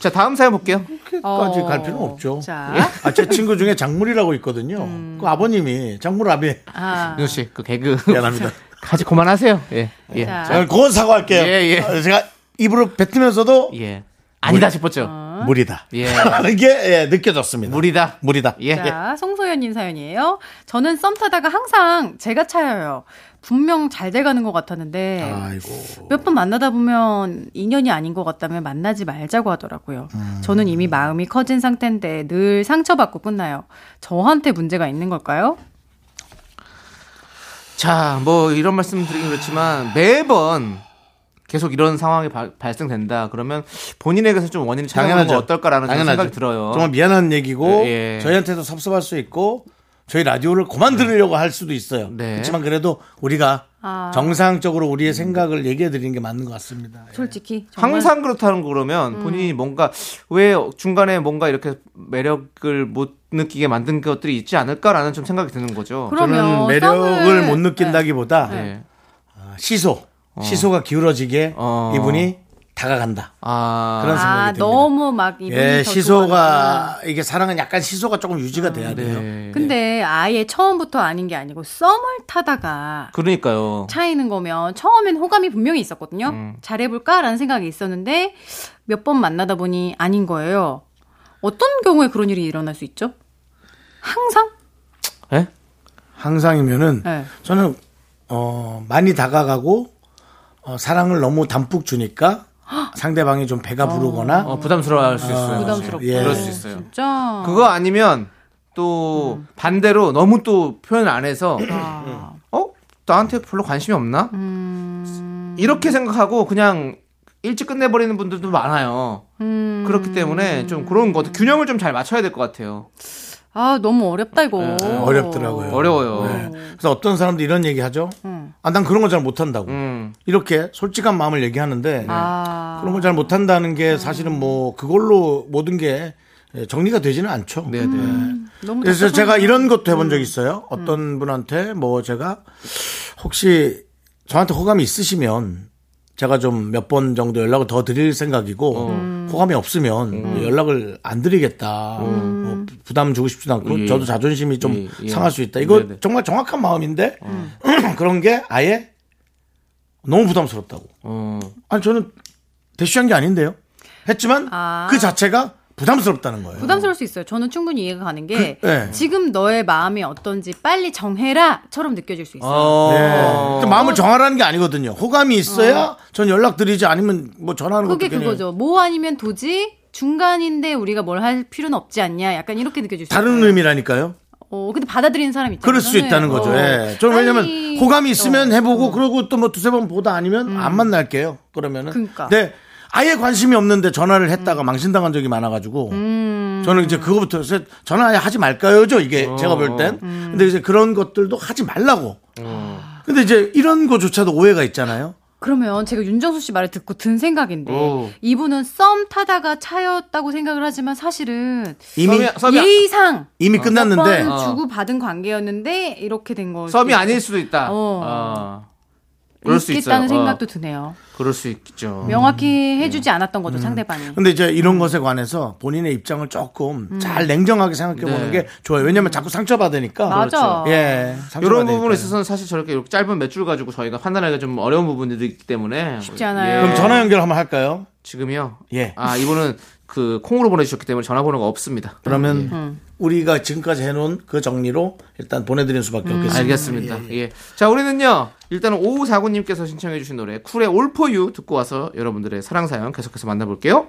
S3: 자, 다음 사연 볼게요.
S2: 까지
S7: 어.
S2: 갈 필요는 없죠.
S7: 자,
S2: 아, 제 친구 중에 장물이라고 있거든요.
S3: 음.
S2: 그 아버님이 장물아비.
S7: 아,
S3: 윤호 씨, 그 개그
S2: 미안합니다.
S3: 가지 그만하세요. 예, 예,
S7: 자.
S3: 자,
S8: 아, 그건 사과할게요.
S3: 예, 예.
S8: 아, 제가 입으로 뱉으면서도
S3: 예. 아니다 싶었죠.
S7: 어.
S8: 물이다.
S3: 예.
S8: 이게 예, 느껴졌습니다.
S3: 물이다.
S8: 물이다.
S3: 예.
S7: 자, 송소연님 사연이에요. 저는 썸 타다가 항상 제가 차여요. 분명 잘 돼가는 것 같았는데
S2: 아이고.
S7: 몇 번 만나다 보면 인연이 아닌 것 같다면 만나지 말자고 하더라고요. 저는 이미 마음이 커진 상태인데 늘 상처받고 끝나요. 저한테 문제가 있는 걸까요?
S3: 자, 뭐 이런 말씀 드리긴 그렇지만 매번 계속 이런 상황이 발- 발생된다 그러면 본인에게서 좀 원인을 찾아보는 건
S2: 당연하죠.
S3: 어떨까라는 좀
S2: 당연하죠.
S3: 생각이 들어요.
S2: 정말 미안한 얘기고
S3: 예, 예.
S2: 저희한테도 섭섭할 수 있고 저희 라디오를 그만 들으려고 할 수도 있어요.
S3: 네.
S2: 그렇지만 그래도 우리가
S7: 아.
S2: 정상적으로 우리의 생각을 얘기해 드리는 게 맞는 것 같습니다.
S7: 솔직히 정말 음.
S3: 항상 그렇다는 거 그러면 본인이 뭔가 왜 중간에 뭔가 이렇게 매력을 못 느끼게 만든 것들이 있지 않을까라는 좀 생각이 드는 거죠.
S7: 그러면
S2: 저는 매력을
S7: 어, 썸을-
S2: 못 느낀다기보다 아,
S3: 네.
S2: 시소, 시소가 기울어지게
S3: 어.
S2: 이분이 다가간다.
S3: 아,
S2: 그런 생각이
S7: 아
S2: 듭니다.
S7: 너무 막 이분이
S2: 예,
S7: 더
S2: 시소가 이게 사랑은 약간 시소가 조금 유지가 돼야 돼요.
S3: 네.
S7: 근데 아예 처음부터 아닌 게 아니고 썸을 타다가
S3: 그러니까요.
S7: 차이는 거면 처음엔 호감이 분명히 있었거든요.
S3: 음.
S7: 잘해볼까라는 생각이 있었는데 몇 번 만나다 보니 아닌 거예요. 어떤 경우에 그런 일이 일어날 수 있죠? 항상?
S3: 예?
S2: 항상이면은
S7: 네.
S2: 저는 어 많이 다가가고 어, 사랑을 너무 담뿍 주니까 상대방이 좀 배가 부르거나
S3: 어, 부담스러워할 수 있어요.
S7: 아, 부담스럽고.
S2: 예.
S3: 그럴 수 있어요.
S7: 진짜.
S3: 그거 아니면 또 반대로 너무 또 표현을 안 해서
S7: 음. 아,
S3: 어 나한테 별로 관심이 없나
S7: 음.
S3: 이렇게 생각하고 그냥 일찍 끝내버리는 분들도 많아요.
S7: 음.
S3: 그렇기 때문에 좀 그런 것도 균형을 좀 잘 맞춰야 될 것 같아요.
S7: 아, 너무 어렵다 이거.
S3: 예,
S2: 어렵더라고요.
S3: 어려워요.
S2: 네. 그래서 어떤 사람도 이런 얘기 하죠.
S7: 음.
S2: 아, 난 그런 걸 잘 못한다고.
S3: 음.
S2: 이렇게 솔직한 마음을 얘기하는데
S7: 아.
S2: 예. 그런 걸 잘 못한다는 게 사실은 뭐 그걸로 모든 게 정리가 되지는 않죠.
S7: 음.
S3: 네네.
S7: 너무
S2: 그래서
S7: 답답하네요.
S2: 제가 이런 것도 해본 적이 있어요. 어떤 분한테 뭐 제가 혹시 저한테 호감이 있으시면 제가 좀 몇 번 정도 연락을 더 드릴 생각이고
S3: 어.
S2: 호감이 없으면
S3: 음.
S2: 뭐 연락을 안 드리겠다. 뭐 부- 부담 주고 싶지도 않고
S3: 예.
S2: 저도 자존심이 좀
S3: 예, 예.
S2: 상할 수 있다. 이거
S3: 네네.
S2: 정말 정확한 마음인데 그런 게 아예 너무 부담스럽다고.
S3: 어.
S2: 아니 저는 대쉬한 게 아닌데요. 했지만
S7: 아.
S2: 그 자체가 부담스럽다는 거예요.
S7: 부담스러울 수 있어요. 저는 충분히 이해가 가는 게
S2: 그- 네.
S7: 지금 너의 마음이 어떤지 빨리 정해라처럼 느껴질 수 있어요.
S3: 어.
S2: 네. 또 마음을 정하라는 게 아니거든요. 호감이 있어야 전 연락드리지 아니면 뭐 전화하는 것도
S7: 그게
S2: 괜히
S7: 그거죠. 뭐 아니면 도지 중간인데 우리가 뭘 할 필요는 없지 않냐. 약간 이렇게 느껴질 수
S2: 다른
S7: 있어요.
S2: 의미라니까요.
S7: 어, 근데 받아들이는 사람 있잖아요.
S2: 그럴 수 있다는 거죠.
S7: 어.
S2: 예. 저는
S7: 아니,
S2: 왜냐면 호감이 있으면
S7: 어. 음.
S2: 해보고 그러고 또 뭐 두세 번 보다 아니면 안 만날게요. 그러면은.
S7: 그러니까. 음.
S2: 네. 아예 관심이 없는데 전화를 했다가 망신당한 적이 많아가지고 저는 이제 그거부터 해서 전화 아예 하지 말까요죠 이게 제가 볼 땐.
S7: 음.
S2: 근데 이제 그런 것들도 하지 말라고. 근데 이제 이런 거조차도 오해가 있잖아요.
S7: 그러면 제가 윤정수 씨 말을 듣고 든 생각인데
S3: 어.
S7: 이분은 썸 타다가 차였다고 생각을 하지만 사실은
S2: 이미
S3: 썸이- 썸이-
S7: 예의상
S2: 이미 끝났는데
S7: 몇 번
S3: 어.
S7: 주고 받은 관계였는데 이렇게 된 거.
S3: 썸이 아닐 수도 있다.
S7: 어.
S3: 어. 그럴 수 있어요.
S7: 있겠다는 생각도
S3: 어.
S7: 드네요.
S3: 그럴 수 있죠.
S2: 음.
S7: 명확히 해주지 않았던 거죠 상대방이.
S2: 근데 이제 이런 것에 관해서 본인의 입장을 조금 잘 냉정하게 생각해 보는
S3: 네.
S2: 게 좋아요. 왜냐면 자꾸 상처받으니까.
S7: 맞아.
S2: 그렇죠. 예.
S3: 이런
S2: 상처받으니까요.
S3: 부분에 있어서는 사실 저렇게 이렇게 짧은 몇 줄 가지고 저희가 판단하기가 좀 어려운 부분들이 있기 때문에 예.
S7: 쉽지 않아요.
S2: 그럼 전화 연결 한번 할까요?
S3: 지금요?
S2: 예.
S3: 아, 이분은 그 콩으로 보내주셨기 때문에 전화번호가 없습니다.
S2: 그러면 우리가 지금까지 해놓은 그 정리로 일단 보내드리는 수밖에 없겠습니다.
S3: 알겠습니다. 예. 자, 우리는요, 일단은 5549님께서 신청해주신 노래, 쿨의 올포유 듣고 와서 여러분들의 사랑사연 계속해서 만나볼게요.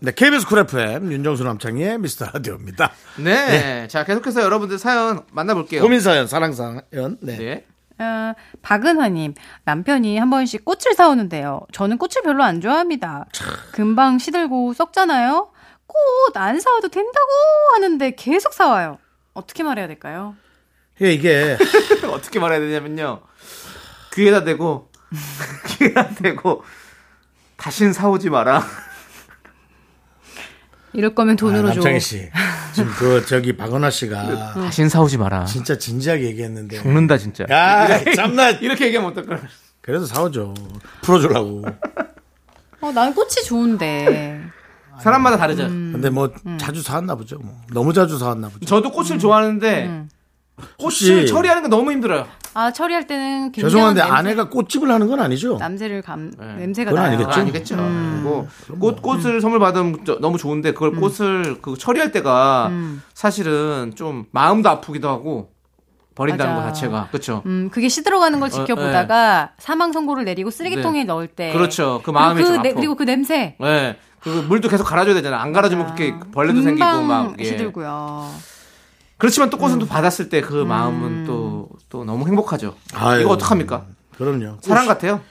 S2: 네, KBS 쿨 FM 윤정수 남창희의 미스터 라디오입니다.
S3: 네. 자, 계속해서 여러분들 사연 만나볼게요.
S2: 고민 사연, 사랑 사연. 네.
S3: 네.
S7: 어, 박은화님 남편이 한 번씩 꽃을 사오는데요. 저는 꽃을 별로 안 좋아합니다. 금방 시들고 썩잖아요. 꽃 안 사와도 된다고 하는데 계속 사와요. 어떻게 말해야 될까요?
S2: 예, 이게
S3: 어떻게 말해야 되냐면요. 귀에다 대고, 귀에다 대고, 다신 사오지 마라.
S7: 이럴 거면
S3: 아,
S7: 돈으로 줘.
S2: 남창희 씨 지금 그 저기 박은하 씨가
S3: 다신 사오지 마라.
S2: 진짜 진지하게 얘기했는데.
S3: 죽는다, 진짜.
S2: 야, 참나.
S3: 이렇게 얘기하면 어떨까?
S2: 그래도 사오죠. 풀어주려고.
S7: 어, 난 꽃이 좋은데.
S3: 사람마다 다르죠.
S7: 음.
S2: 근데
S3: 음.
S2: 뭐 자주 사왔나 보죠. 뭐. 너무 자주 사왔나 보죠.
S3: 저도 꽃을
S7: 음.
S3: 좋아하는데, 꽃을
S2: 혹시-
S3: 처리하는 게 너무 힘들어요.
S7: 아 처리할 때는 굉장한
S2: 죄송한데
S7: 냄새,
S2: 아내가 꽃집을 하는 건 아니죠?
S7: 남새를 감 냄새가
S2: 그건 아니겠죠?
S7: 나요.
S3: 네. 그건 아니겠죠.
S7: 음.
S3: 그리고 꽃 꽃을 선물 받으면 저- 너무 좋은데 그걸 꽃을 그 처리할 때가
S7: 음.
S3: 사실은 좀 마음도 아프기도 하고 버린다는
S7: 맞아.
S3: 것 자체가 그렇죠.
S7: 음, 그게 시들어가는 걸 지켜보다가 사망 선고를 내리고 쓰레기통에
S3: 어, 예. 네.
S7: 넣을 때.
S3: 그렇죠. 그 마음이
S7: 그리고
S3: 좀 아파.
S7: 그리고 그 냄새.
S3: 예. 그리고 물도 계속 갈아줘야 되잖아. 안 갈아주면 그렇게 뭐 벌레도 생기고
S7: 금방
S3: 막 예.
S7: 시들고요. 음.
S3: 그렇지만 또 꽃은 또 받았을 때 그 마음은 또 또 너무 행복하죠.
S2: 아유.
S3: 이거 어떡합니까?
S2: 그럼요.
S3: 사랑 같아요.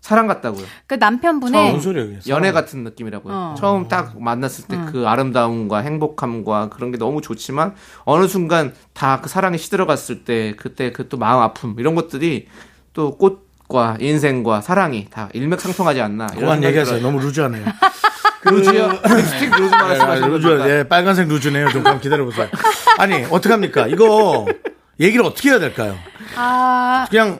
S3: 사랑 같다고요.
S7: 그
S2: 어, 뭔
S7: 남편분의
S2: 소리예요? 그게?
S3: 연애 같은 느낌이라고요.
S7: 어.
S3: 처음 딱 만났을 때 그 아름다움과 행복함과 그런 게 너무 좋지만 어느 순간 다 그 사랑이 시들어갔을 때 그때 그 또 마음 아픔 이런 것들이 또 꽃과 인생과 사랑이 다 일맥상통하지 않나. 이런
S2: 그만
S3: 생각이
S2: 얘기하세요. 그 네, 아,
S3: 들어요.
S2: 너무 루즈 하네요.
S3: 루즈요? 립스틱 루즈 말씀하시는
S2: 루즈,
S3: 겁니까?
S2: 예, 빨간색 루즈네요. 좀 그럼 기다려보세요. 아니, 어떡합니까? 이거 얘기를 어떻게 해야 될까요?
S7: 아
S2: 그냥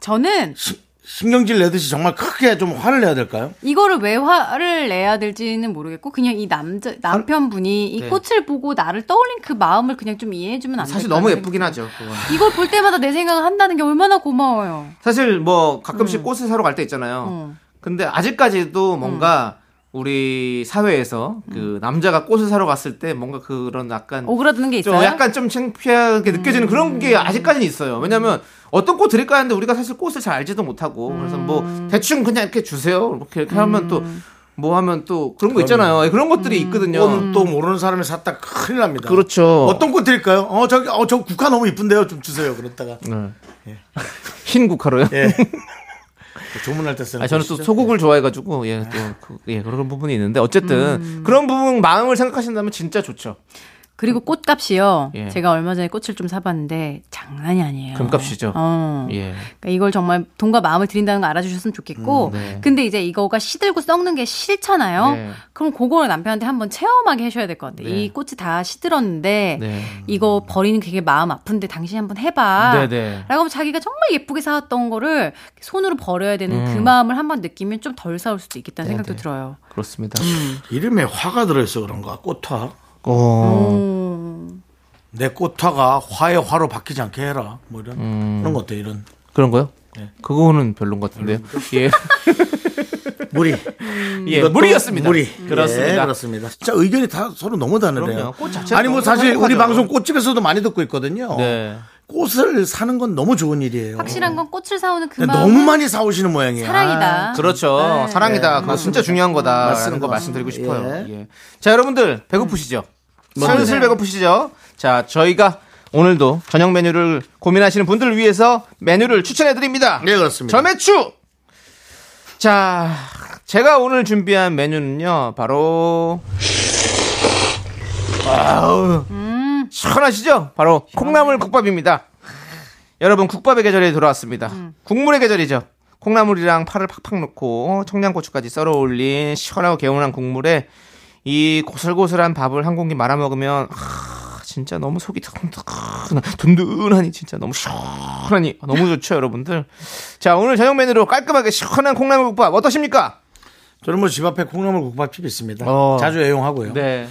S7: 저는
S2: 시- 신경질 내듯이 정말 크게 좀 화를 내야 될까요?
S7: 이거를 왜 화를 내야 될지는 모르겠고 그냥 이 남자 남편분이 이
S3: 네.
S7: 꽃을 보고 나를 떠올린 그 마음을 그냥 좀 이해해주면 안 될까?
S3: 사실 너무 예쁘긴 하죠. 그건.
S7: 이걸 볼 때마다 내 생각을 한다는 게 얼마나 고마워요.
S3: 사실 뭐 가끔씩 꽃을 사러 갈 때 있잖아요.
S7: 음.
S3: 근데 아직까지도 뭔가 우리 사회에서 그 남자가 꽃을 사러 갔을 때 뭔가 그런 약간
S7: 음. 오그라드는 게
S3: 좀
S7: 있어요. 음.
S3: 약간 좀 창피하게 느껴지는 그런 게 아직까지는 있어요. 왜냐면 어떤 꽃 드릴까 하는데 우리가 사실 꽃을 잘 알지도 못하고 그래서 뭐
S7: 음.
S3: 대충 그냥 이렇게 주세요. 이렇게, 이렇게 하면 또 뭐 하면 또 그런 거 있잖아요. 그런
S7: 음.
S3: 것들이 있거든요.
S2: 꽃은 또 모르는 사람이 샀다 큰일 납니다.
S3: 음. 그렇죠.
S2: 어떤 꽃 드릴까요? 어, 저기, 어, 저 국화 너무 이쁜데요. 좀 주세요. 그랬다가.
S3: 네. 흰 국화로요.
S2: 예. 조문할 때 쓰는.
S3: 아, 저는 또
S2: 꽃이죠. 네.
S3: 소국을 좋아해가지고 예 또 그, 예, 그런 부분이 있는데 어쨌든
S2: 음.
S3: 그런 부분 마음을 생각하신다면 진짜 좋죠.
S7: 그리고 꽃값이요.
S3: 예.
S7: 제가 얼마 전에 꽃을 좀 사봤는데 장난이 아니에요.
S3: 금값이죠.
S7: 어.
S2: 네.
S3: 예.
S7: 그러니까 이걸 정말 돈과 마음을 드린다는 걸 알아주셨으면 좋겠고,
S3: 음, 네.
S7: 근데 이제 이거가 시들고 썩는 게 싫잖아요.
S3: 네.
S7: 그럼 그걸 남편한테 한번 체험하게 해줘야 될 것 같아요.
S3: 네.
S7: 이 꽃이 다 시들었는데
S3: 네.
S7: 이거 버리는 게 마음 아픈데 당신이 한번 해봐.
S3: 네네.
S7: 라고 하면 자기가 정말 예쁘게 사왔던 거를 손으로 버려야 되는 그
S3: 음.
S7: 마음을 한번 느끼면 좀 덜 사올 수도 있겠다는
S3: 네네.
S7: 생각도 들어요.
S3: 그렇습니다.
S2: 음. 이름에 화가 들어있어 그런가? 꽃화.
S3: 어.
S2: 음. 내 꽃화가 화의 화로 바뀌지 않게 해라. 뭐 이런.
S3: 음.
S2: 그런 거 어때, 이런.
S3: 그런 거요? 그거는 네. 별론 것 같은데요. 예.
S2: 무리.
S3: 예.
S2: 이것도
S3: 무리였습니다.
S2: 무리. 예,
S3: 그렇습니다.
S2: 그렇습니다. 진짜 의견이 다 서로 너무 다르네요.
S3: 그럼요. 꽃 자체가
S2: 아니, 뭐
S3: 너무
S2: 사실 우리
S3: 행복하죠.
S2: 방송 꽃집에서도 많이 듣고 있거든요.
S3: 네.
S2: 꽃을 사는 건 너무 좋은 일이에요.
S7: 확실한 건 꽃을 사오는
S3: 네,
S7: 그
S2: 근데
S7: 마음
S2: 너무 많이 사오시는 모양이에요.
S7: 사랑이다.
S3: 그렇죠. 사랑이다. 그거 진짜 중요한
S2: 아. 네.
S3: 거다. 라는 거
S2: 맞습니다.
S3: 말씀드리고 싶어요.
S2: 예. 음. 네.
S3: 예. 자, 여러분들, 배고프시죠? 슬슬 배고프시죠? 자, 저희가 오늘도 저녁 메뉴를 고민하시는 분들을 위해서 메뉴를 추천해드립니다.
S2: 네, 그렇습니다.
S3: 점액추! 자, 제가 오늘 준비한 메뉴는요, 바로. 아우. 시원하시죠? 바로 콩나물 국밥입니다. 여러분 국밥의 계절이 돌아왔습니다. 국물의 계절이죠. 콩나물이랑 파를 팍팍 넣고 청양고추까지 썰어 올린 시원하고 개운한 국물에 이 고슬고슬한 밥을 한 공기 말아 먹으면 아, 진짜 너무 속이 든든한 든든하니 진짜 너무 시원하니 너무 좋죠 여러분들. 자 오늘 저녁 메뉴로 깔끔하게 시원한 콩나물 국밥 어떠십니까?
S2: 저는 뭐 집 앞에 콩나물 국밥집이 있습니다.
S3: 어.
S2: 자주 애용하고요.
S3: 네.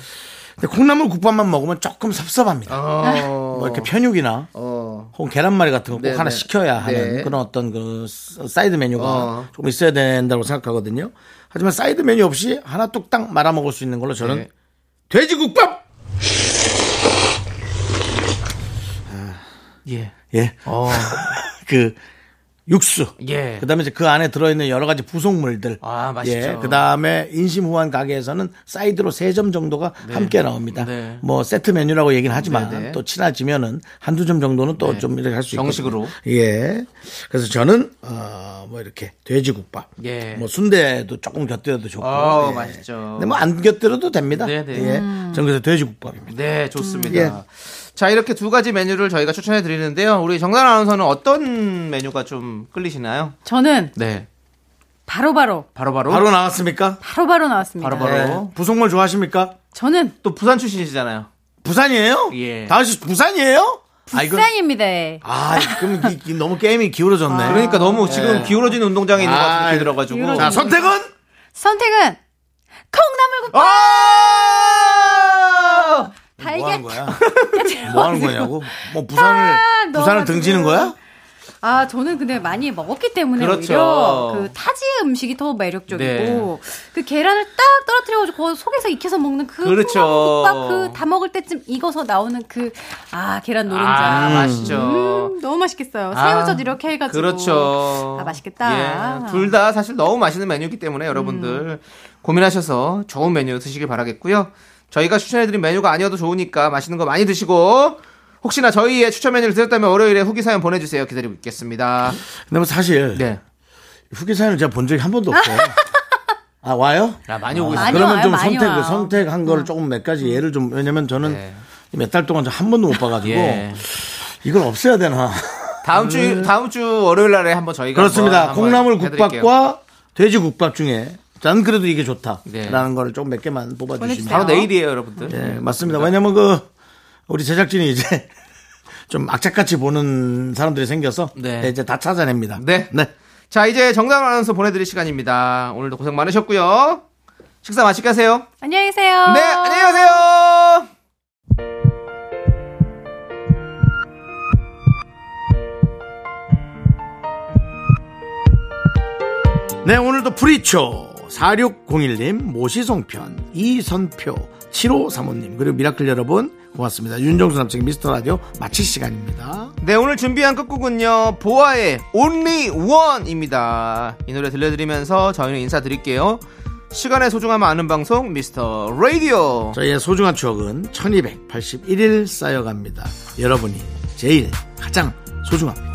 S2: 근데 콩나물 국밥만 먹으면 조금 섭섭합니다.
S3: 어.
S2: 뭐 이렇게 편육이나
S3: 어.
S2: 혹은 계란말이 같은 거 꼭
S3: 네네.
S2: 하나 시켜야 하는
S3: 네.
S2: 그런 어떤 그 사이드 메뉴가
S3: 어.
S2: 좀 있어야 된다고 생각하거든요. 하지만 사이드 메뉴 없이 하나 뚝딱 말아 먹을 수 있는 걸로 저는
S3: 네.
S2: 돼지국밥.
S3: 예.
S2: 예.
S3: 어.
S2: 그 육수.
S3: 예.
S2: 그다음에 이제 그 안에 들어있는 여러 가지 부속물들.
S3: 아, 맛있죠.
S2: 예, 그다음에 인심 후한 가게에서는 사이드로 세 점 정도가 함께 나옵니다.
S3: 네.
S2: 뭐 세트 메뉴라고 얘기는 하지만
S3: 네, 네.
S2: 또 친해지면은 한두 점 정도는 또 좀 이렇게 할 수 있고.
S3: 정식으로.
S2: 예. 그래서 저는 어뭐 이렇게 돼지국밥.
S3: 예.
S2: 뭐 순대도 조금 곁들여도 좋고.
S3: 아우,
S2: 예.
S3: 맛있죠.
S2: 근데 뭐 안 곁들여도 됩니다.
S3: 네, 네.
S2: 예.
S7: 음.
S2: 저는 그래서 돼지국밥입니다.
S3: 네, 좋습니다.
S2: 예.
S3: 자, 이렇게 두 가지 메뉴를 저희가 추천해 드리는데요. 우리 정단 아나운서는 어떤 메뉴가 좀 끌리시나요?
S7: 저는
S3: 네.
S7: 바로바로
S3: 바로바로. 네.
S2: 바로 나왔습니까?
S7: 바로바로 나왔습니다.
S3: 바로바로.
S2: 예. 부속물 좋아하십니까?
S7: 저는
S3: 또 부산 출신이시잖아요.
S2: 부산이에요?
S3: 예.
S2: 다은 씨 부산이에요? 아, 이건-
S7: 부산입니다.
S2: 아, 그럼 이- 이 너무 게임이
S7: 아.
S2: 기울어졌네.
S3: 그러니까 너무 지금 기울어진 운동장에 있는 것 같은
S2: 아,
S3: 느낌이 들어가지고.
S2: 자, 선택은?
S7: 선택은 콩나물국밥
S3: 아!
S2: 뭐
S7: 달걀
S2: 하는 거야? 뭐 하는 거냐고? 뭐 부산을,
S7: 다
S2: 부산을
S7: 넣어가지고.
S2: 등지는 거야?
S7: 아, 저는 근데 많이 먹었기 때문에
S3: 그렇죠.
S7: 오히려 그 타지의 음식이 더 매력적이고
S3: 네.
S7: 그 계란을 딱 떨어뜨려가지고 그 속에서 익혀서 먹는 그
S3: 그렇죠.
S7: 콩나물국밥 그 다 먹을 때쯤 익어서 나오는 그 아 계란
S3: 아,
S7: 노른자
S3: 맛있죠.
S7: 음, 너무 맛있겠어요.
S3: 아,
S7: 새우젓 이렇게 해가지고
S3: 그렇죠. 예,
S7: 아, 맛있겠다. 음.
S3: 둘 다 사실 너무 맛있는 메뉴이기 때문에 여러분들 고민하셔서 좋은 메뉴 드시길 바라겠고요. 저희가 추천해드린 메뉴가 아니어도 좋으니까 맛있는 거 많이 드시고 혹시나 저희의 추천 메뉴를 드셨다면 월요일에 후기 사연 보내주세요. 기다리고 있겠습니다.
S2: 근데 뭐 사실,
S3: 네.
S2: 후기 사연을 제가 본 적이 한 번도 없어요. 아, 와요?
S3: 아, 많이 오고
S7: 많이
S2: 그러면
S7: 와요,
S2: 좀
S7: 많이
S2: 선택,
S7: 와요. 음.
S2: 선택한 거를 조금 몇 가지 예를 좀, 왜냐면 저는
S3: 네.
S2: 몇 달 동안 한 번도 못 봐가지고,
S3: 예.
S2: 이걸 없애야 되나.
S3: 다음 주 다음 주 월요일 날에 한번 저희가
S2: 그렇습니다.
S3: 한번
S2: 콩나물
S3: 한번 해드릴게요.
S2: 국밥과 돼지 국밥 중에 저는 그래도 이게
S3: 네.
S2: 좋다라는 거를 좀 몇 개만 뽑아주시면.
S3: 바로 내일이에요, 여러분들.
S2: 예, 맞습니다. 왜냐면 그 우리 제작진이 이제 좀 악착같이 보는 사람들이 생겨서
S3: 네.
S2: 예, 이제 다 찾아냅니다.
S3: 네. 자, 이제 정답 아나운서 보내드릴 시간입니다. 오늘도 고생 많으셨고요. 식사 맛있게 하세요.
S7: 안녕히 계세요.
S3: 네, 안녕히 가세요.
S2: 네, 오늘도 프리초 4601님, 모시송편, 이선표, 7535님, 그리고 미라클 여러분 고맙습니다. 윤정수 남친 미스터 라디오 마칠 시간입니다.
S3: 네, 오늘 준비한 끝곡은요. 보아의 Only One입니다. 이 노래 들려드리면서 저희는 인사드릴게요. 시간의 소중함을 아는 방송 미스터 라디오.
S2: 저희의 소중한 추억은 1281일 쌓여갑니다. 여러분이 제일 가장 소중합니다.